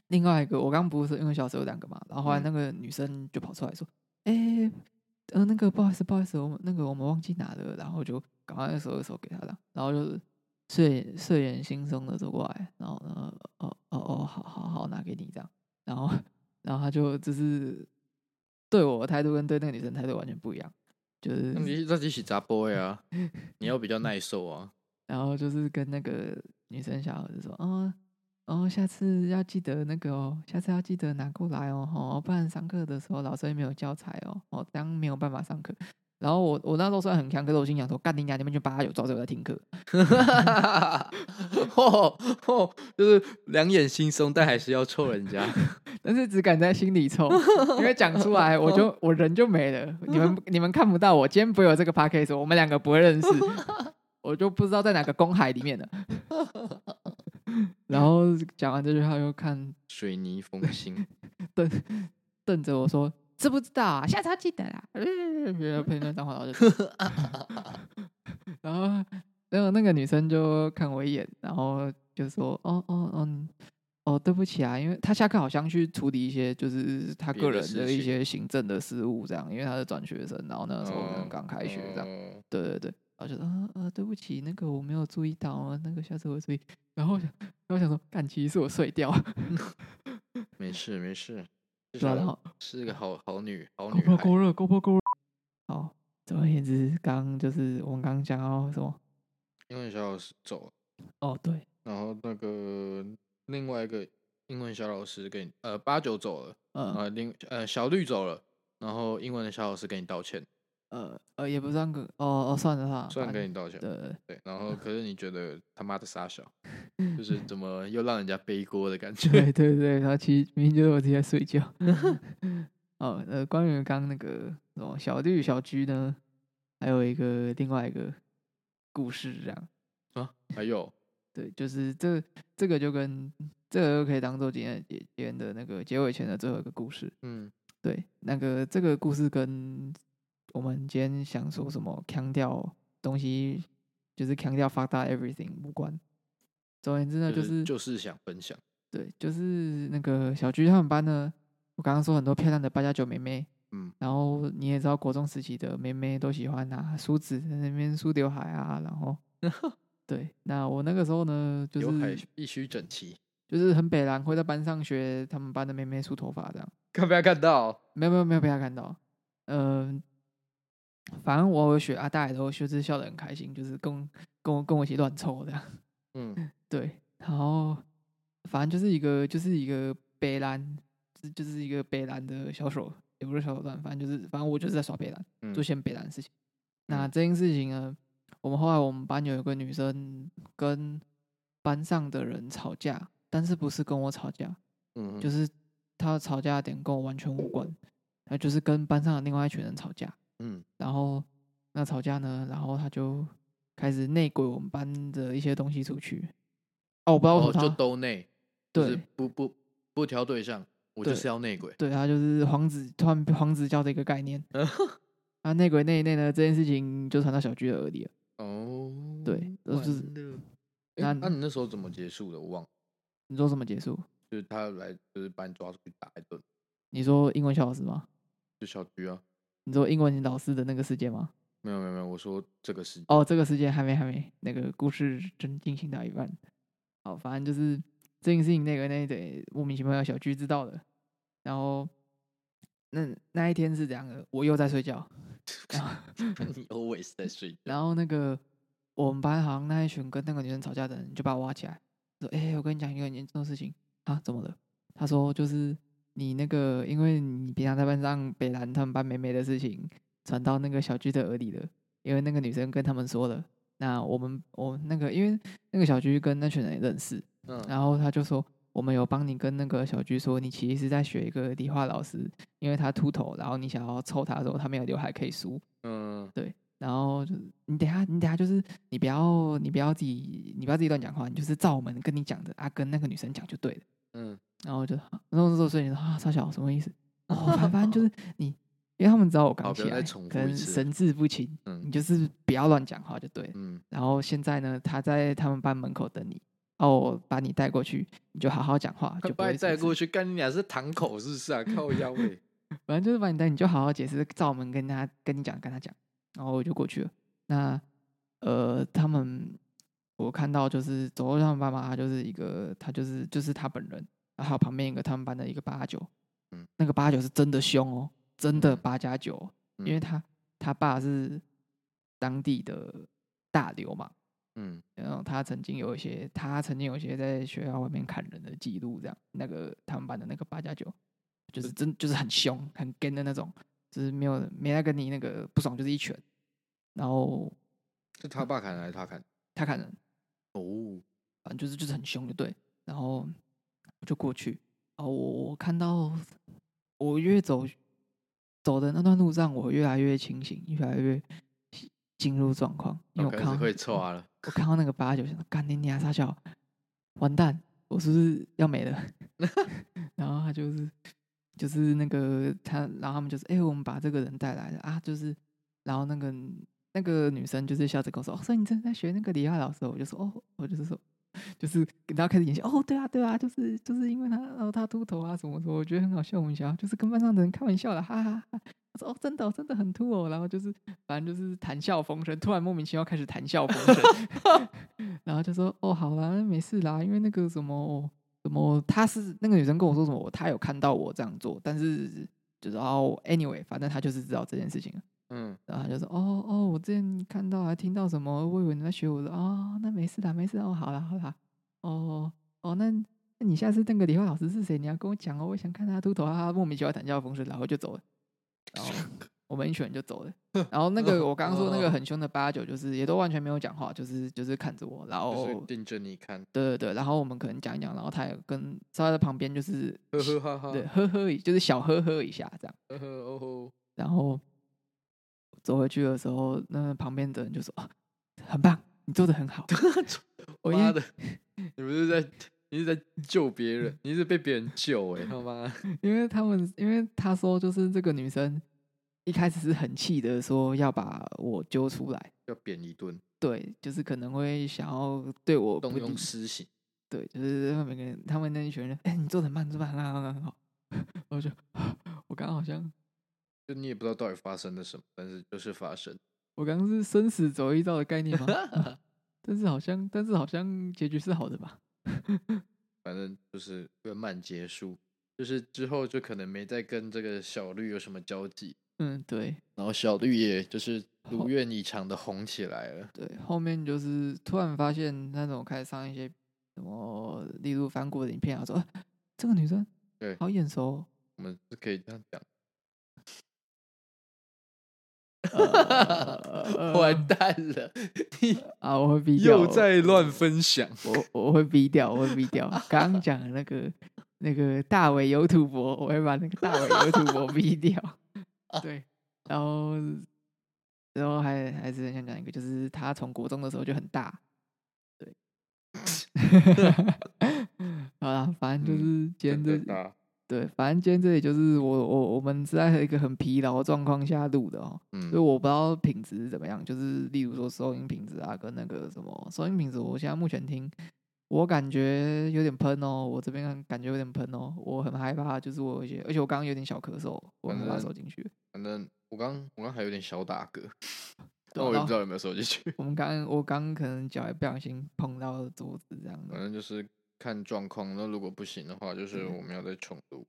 Speaker 1: 另外一个，我刚不是因为小时候有两个嘛，然后后来
Speaker 2: 嗯
Speaker 1: 那个女生就跑出来说，哎、呃，那个不好意思，不好意思，我们那个我们忘记拿了，然后就赶快手一手给她了，然后就是睡眼睡眼惺忪的走过来，然后呢，哦哦哦，好好好，拿给你这样，然后然后她就就是对我的态度跟对那个女生态度完全不一样，就是
Speaker 2: 那你那你洗杂波呀？啊你要比较耐
Speaker 1: [LAUGHS]
Speaker 2: 受啊。
Speaker 1: 然后就是跟那个女生小伙子说，哦，哦，下次要记得那个哦，下次要记得拿过来哦，哦，不然上课的时候老师会没有教材哦，哦，这样没有办法上课。然后我我那时候虽然很强，可是我心想说，干你娘，你们就把他有抓着我在听课，
Speaker 2: 哦哦，就是两眼惺忪，但还是要臭人
Speaker 1: [LAUGHS]
Speaker 2: 家。
Speaker 1: 但是只敢在心里抽，因为讲出来我就我人就没了，你们你们看不到我，今天不会有这个 p a c k a g e 我们两个不会认识，我就不知道在哪个公海里面了。 [LAUGHS] 然后讲完这句话，又看
Speaker 2: 水泥封心，
Speaker 1: 瞪着我说：“知不知道啊？下次要记得啦。” [LAUGHS] 喷一段脏话，然后就走， [LAUGHS] 然后然后那个女生就看我一眼，然后就说：“哦哦哦嗯，哦，对不起啊，因为她下课好像去处理一些就是她
Speaker 2: 别
Speaker 1: 个
Speaker 2: 的
Speaker 1: 人
Speaker 2: 事
Speaker 1: 的一
Speaker 2: 情
Speaker 1: 些行政的事务，这样，因为她是转学生，然后 [LAUGHS] 那个时候可能
Speaker 2: 嗯
Speaker 1: 刚开学这样。
Speaker 2: 样。
Speaker 1: 对对对，然后就说啊呃，对不起，那个我没有注意到啊，那个下次我会注意。然后我想，然后我想说，干，其实是我睡掉，
Speaker 2: 没事没事，至
Speaker 1: 对啊，然
Speaker 2: 少
Speaker 1: 后
Speaker 2: 是个好好女好
Speaker 1: 勾
Speaker 2: 女
Speaker 1: 破
Speaker 2: 孩。
Speaker 1: 勾热，勾破勾热。好，总而言之，刚刚就是我们刚刚讲到什么？
Speaker 2: 英文小老师走了，
Speaker 1: 哦，对，
Speaker 2: 然后那个另外一个英文小老师给你，呃八九走了，
Speaker 1: 呃
Speaker 2: 呃另呃小绿走了，然后英文的小老师给你道歉，
Speaker 1: 呃呃，也不算个，哦哦，算了算了，
Speaker 2: 虽然给
Speaker 1: 反
Speaker 2: 你道歉，
Speaker 1: 正 [LAUGHS] 对，
Speaker 2: 对，然后可是你觉得他妈的傻小，
Speaker 1: [LAUGHS]
Speaker 2: 就是怎么又让人家背锅的感觉。
Speaker 1: 对对对，然后其实明明就是我自己在睡 [LAUGHS] 觉。哦，呃，关于刚刚那个什么小绿小居呢，还有一个另外一个故事这样。
Speaker 2: 啊，
Speaker 1: [LAUGHS]
Speaker 2: 还有，
Speaker 1: 对，就是这这个就跟这个就可以当做今天的节今天的那个结尾前的最后一个故事。
Speaker 2: 嗯
Speaker 1: 对，那个这个故事跟我们今天想说什么强调东西，就是强调 fuck up everything 无关。总而言之呢，就、
Speaker 2: 就是是就是想分享，
Speaker 1: 对，就是那个小菊他们班呢，我刚刚说很多漂亮的八加九妹妹，
Speaker 2: 嗯，
Speaker 1: 然后你也知道国中时期的妹妹都喜欢拿梳子在那边梳刘海啊，然
Speaker 2: [LAUGHS]
Speaker 1: 后对，那我那个时候呢，就
Speaker 2: 刘海
Speaker 1: 是
Speaker 2: 必须整齐，
Speaker 1: 就是很北蓝，会在班上学他们班的妹妹梳头发这样。
Speaker 2: 看不要看到？
Speaker 1: 没有没有没有被他看到，嗯、反正我有学啊，大家也都就是笑得很开心，就是跟跟我跟我一起乱凑这样。 [LAUGHS]
Speaker 2: 嗯，
Speaker 1: 对，然后反正就是一个就是一个北兰，就就是一个北兰的小手，也不是小手段，反正就是反正我就是在耍北兰，
Speaker 2: 嗯
Speaker 1: 就先北兰的事情。那
Speaker 2: 嗯
Speaker 1: 这件事情呢，我们后来我们班有一个女生跟班上的人吵架，但是不是跟我吵架，
Speaker 2: 嗯，
Speaker 1: 就是是她吵架的点跟我完全无关，她就是跟班上的另外一群人吵架。
Speaker 2: 嗯
Speaker 1: 然后那吵架呢，然后他就开始内鬼我们班的一些东西出去。哦，我不知道为
Speaker 2: 哦，
Speaker 1: 什
Speaker 2: 就
Speaker 1: 么他、
Speaker 2: 兜内，就
Speaker 1: 对、
Speaker 2: 是不不不挑对象，我
Speaker 1: 对
Speaker 2: 就是要内鬼，
Speaker 1: 对，他就是黄子突然黄子佼的一个概念。
Speaker 2: 嗯
Speaker 1: 啊，内鬼那一内呢，这件事情就传到小鞠的耳里了。
Speaker 2: 哦，
Speaker 1: 对都是
Speaker 2: 完了诶
Speaker 1: 那
Speaker 2: 那你那时候怎么结束的？我忘了，
Speaker 1: 你说什么结束？
Speaker 2: 就是他来就是把你抓出去打一顿，
Speaker 1: 你说英文小老师吗？
Speaker 2: 就小菊啊，
Speaker 1: 你说英文老师的那个事件吗？
Speaker 2: 没有没有没有，我说这个事，
Speaker 1: 哦，这个事件还没还没，那个故事真进行到一半。好，反正就是这件事情，那个那对莫名其妙的小居知道的。然后那那一天是怎样的？我又在睡觉，然后 [LAUGHS]
Speaker 2: 你 always 在睡觉，
Speaker 1: 然后那个我们班好像那一群跟那个女生吵架的人就把我挖起来，说：“哎、我跟你讲一个很严重的事情啊，怎么了？”他说：“就是你那个，因为你平常在班上北兰他们班妹妹的事情传到那个小居的耳里了，因为那个女生跟他们说了。那我们我那个因为那个小居跟那群人也认识，
Speaker 2: 嗯
Speaker 1: 然后他就说，我们有帮你跟那个小鞠说，你其实是在学一个理化老师，因为他秃头，然后你想要抽他的时候，他没有刘海可以梳，
Speaker 2: 嗯
Speaker 1: 然后就是你等一下，你等一下就是你不要你不要自己你不要自己乱讲话，你就是照我们跟你讲的啊，跟那个女生讲就对了。
Speaker 2: 嗯
Speaker 1: 然后我就，然后那时候所以你说啊，傻小什么意思？哦，
Speaker 2: [LAUGHS]
Speaker 1: 反反正就是你，因为他们知道我
Speaker 2: 好
Speaker 1: 刚
Speaker 2: 不
Speaker 1: 起
Speaker 2: 要再
Speaker 1: 来
Speaker 2: 重复，一
Speaker 1: 可能
Speaker 2: 次了
Speaker 1: 神志不清，你 [LAUGHS]
Speaker 2: 嗯
Speaker 1: 就是不要乱讲话就对了。
Speaker 2: 嗯，
Speaker 1: 然后现在呢，他在他们班门口等你，哦，我把你带过去，你就好好讲话，
Speaker 2: 快
Speaker 1: 就不
Speaker 2: 把
Speaker 1: 会
Speaker 2: 你带
Speaker 1: 出事
Speaker 2: 过，去，干你俩是堂口是不是啊？靠腰位，
Speaker 1: 反正就是把你带，你就好好解释，照门跟他跟你讲，跟他讲，然后我就过去了。那呃，他们我看到就是走过他们班嘛，他就是一个，他就是就是他本人，然后还有旁边一个他们班的一个八九，
Speaker 2: 嗯，
Speaker 1: 那个八九是真的凶哦，真的
Speaker 2: 嗯
Speaker 1: 八加九哦，因为
Speaker 2: 嗯
Speaker 1: 他他爸是当地的大流氓。
Speaker 2: 嗯
Speaker 1: 然后他曾经有一些，他曾经有一些在学校外面砍人的记录，这样那个他们班的那个八加九，就是真就是很凶、很跟的那种，就是没有没来跟你那个不爽就是一拳，然后
Speaker 2: 是他爸砍的还是他砍的？
Speaker 1: 他砍人，
Speaker 2: 哦，
Speaker 1: 反正就是就是很凶，就对。然后我就过去，然后我我看到我越走走的那段路上，我越来越清醒，越来越进入状况，因为
Speaker 2: 我
Speaker 1: 我
Speaker 2: 开
Speaker 1: 看
Speaker 2: 始
Speaker 1: 到
Speaker 2: 会臭啊了，
Speaker 1: 我看到那个八九，想说干你娘傻笑，完蛋，我是不是要没了？ [LAUGHS] 然后他就是就是那个他，然后他们就是哎、我们把这个人带来了啊，就是然后那个那个女生就是笑着跟我说，哦，所以你真的在学那个李亚老师哦？我就说哦，我就是说。就是，然后开始演戏。哦，对啊，对啊，就是就是因为他，然后他秃头啊什么什么，我觉得很好笑。我们想要就是跟班上的人开玩笑啦，哈哈哈。他说哦，真的哦、真的很秃哦，然后就是反正就是谈笑风生，突然莫名其妙开始谈笑风生，然后就说哦，好啦，那没事啦，因为那个什么什么，他是那个女生跟我说什么，她有看到我这样做，但是就是哦，anyway，反正她就是知道这件事情了。
Speaker 2: 嗯
Speaker 1: 然后他就说：“哦哦，我之前看到还听到什么，我以为你在学我说哦，那没事啦，没事啦哦，好啦好啦，哦哦，那那你下次那个理化老师是谁？你要跟我讲哦，我想看他秃头啊，莫名其妙谈笑风生，然后就走了，然
Speaker 2: [LAUGHS]
Speaker 1: 后我们一群人就走了。然后那个
Speaker 2: 哦
Speaker 1: 我刚刚说那个很凶的八九，就是也都完全没有讲话，就是就是看着我，然后
Speaker 2: 就是盯着你看，
Speaker 1: 对对对，然后我们可能讲一讲，然后他也跟稍微在旁边就是
Speaker 2: 呵呵哈哈，
Speaker 1: 对呵呵一，就是小呵呵一下这样。”
Speaker 2: 呵呵哦吼，
Speaker 1: 然后走回去的时候，那旁边的人就说：“啊，很棒，你做的很好。我因
Speaker 2: 妈
Speaker 1: 为 [LAUGHS]
Speaker 2: 的，你不是在你是在救别人，你是被别人救哎、他妈，”
Speaker 1: 因为他们，因为他说，就是这个女生一开始是很气的，说要把我揪出来，
Speaker 2: 要扁一顿，
Speaker 1: 对，就是可能会想要对我不
Speaker 2: 动
Speaker 1: 利
Speaker 2: 用，私刑，
Speaker 1: 对，就是每个人他们那一群人，哎、你做的很棒，你做的很好，很好，很好。我就 [LAUGHS] 我刚好像
Speaker 2: 就你也不知道到底发生了什么，但是就是发生，
Speaker 1: 我刚刚是生死走一遭的概
Speaker 2: [LAUGHS]
Speaker 1: 念吗？啊但是好像，但是好像结局是好的吧？
Speaker 2: 反正就是圆满结束，就是之后就可能没再跟这个小绿有什么交集，
Speaker 1: 嗯，对
Speaker 2: 然后小绿也就是
Speaker 1: 好
Speaker 2: 如愿以偿的红起来了。
Speaker 1: 对，后面就是突然发现那种开始上一些什么，例如反骨的影片啊，说、啊、这个女生
Speaker 2: 对
Speaker 1: 好眼熟哦、
Speaker 2: 我们是可以这样讲，
Speaker 1: 哦呃
Speaker 2: [LAUGHS] 完蛋了，
Speaker 1: 啊，我会逼掉，
Speaker 2: 又在乱分享。
Speaker 1: 我我会逼掉，我会逼掉。刚刚讲的那个那个大尾油土博，我会把那个大尾油土博逼掉。对，然后然后还还是很想讲一个，就是他从国中的时候就很大，对。 [LAUGHS] 好啦，反正就是今天这、
Speaker 2: 啊，
Speaker 1: 对，反正今天这里就是我我我们是在一个很疲劳的状况下录的哦、
Speaker 2: 嗯
Speaker 1: 所以，我不知道品质是怎么样，就是例如说收音品质啊，跟那个什么收音品质，我现在目前听，我感觉有点喷哦，我这边感觉有点喷哦，我很害怕，就是我有一些，而且我刚刚有点小咳嗽，我很害怕
Speaker 2: 反正
Speaker 1: 收进去。
Speaker 2: 反正我刚我刚还有点小打嗝，
Speaker 1: 对啊
Speaker 2: 但哦我也
Speaker 1: 然
Speaker 2: 不
Speaker 1: 后
Speaker 2: 知道有没有收进 [LAUGHS] 去。
Speaker 1: 我们刚刚我刚刚可能脚也不小心碰到桌子这样
Speaker 2: 反
Speaker 1: 的，
Speaker 2: 正就是看状况，那如果不行的话，就是我们要再重录。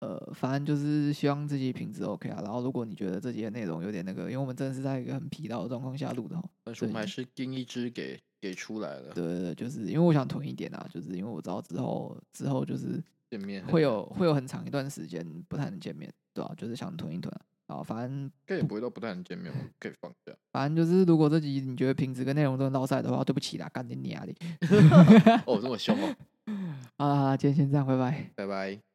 Speaker 1: 呃，反正就是希望自己品质 OK 啊。然后如果你觉得这节内容有点那个，因为我们真的是在一个很疲劳的状况下录的哦，
Speaker 2: 但是我
Speaker 1: 对
Speaker 2: 们还呃是订一支给给出来了，
Speaker 1: 对对对，就是因为我想囤一点啊，就是因为我知道之后之后就是。
Speaker 2: 见面很
Speaker 1: 会
Speaker 2: 难，
Speaker 1: 有会有很长一段时间不太能见面，对吧、就是想囤一囤啊，好反正
Speaker 2: 应该也不会到不太能见面，我们可以放假。
Speaker 1: 反正就是，如果这集你觉得品质跟内容都很落塞的话，对不起啦，干你娘的！ [LAUGHS]
Speaker 2: 哦，这么凶哦，
Speaker 1: 啊，今天先这样，拜拜。
Speaker 2: 拜拜。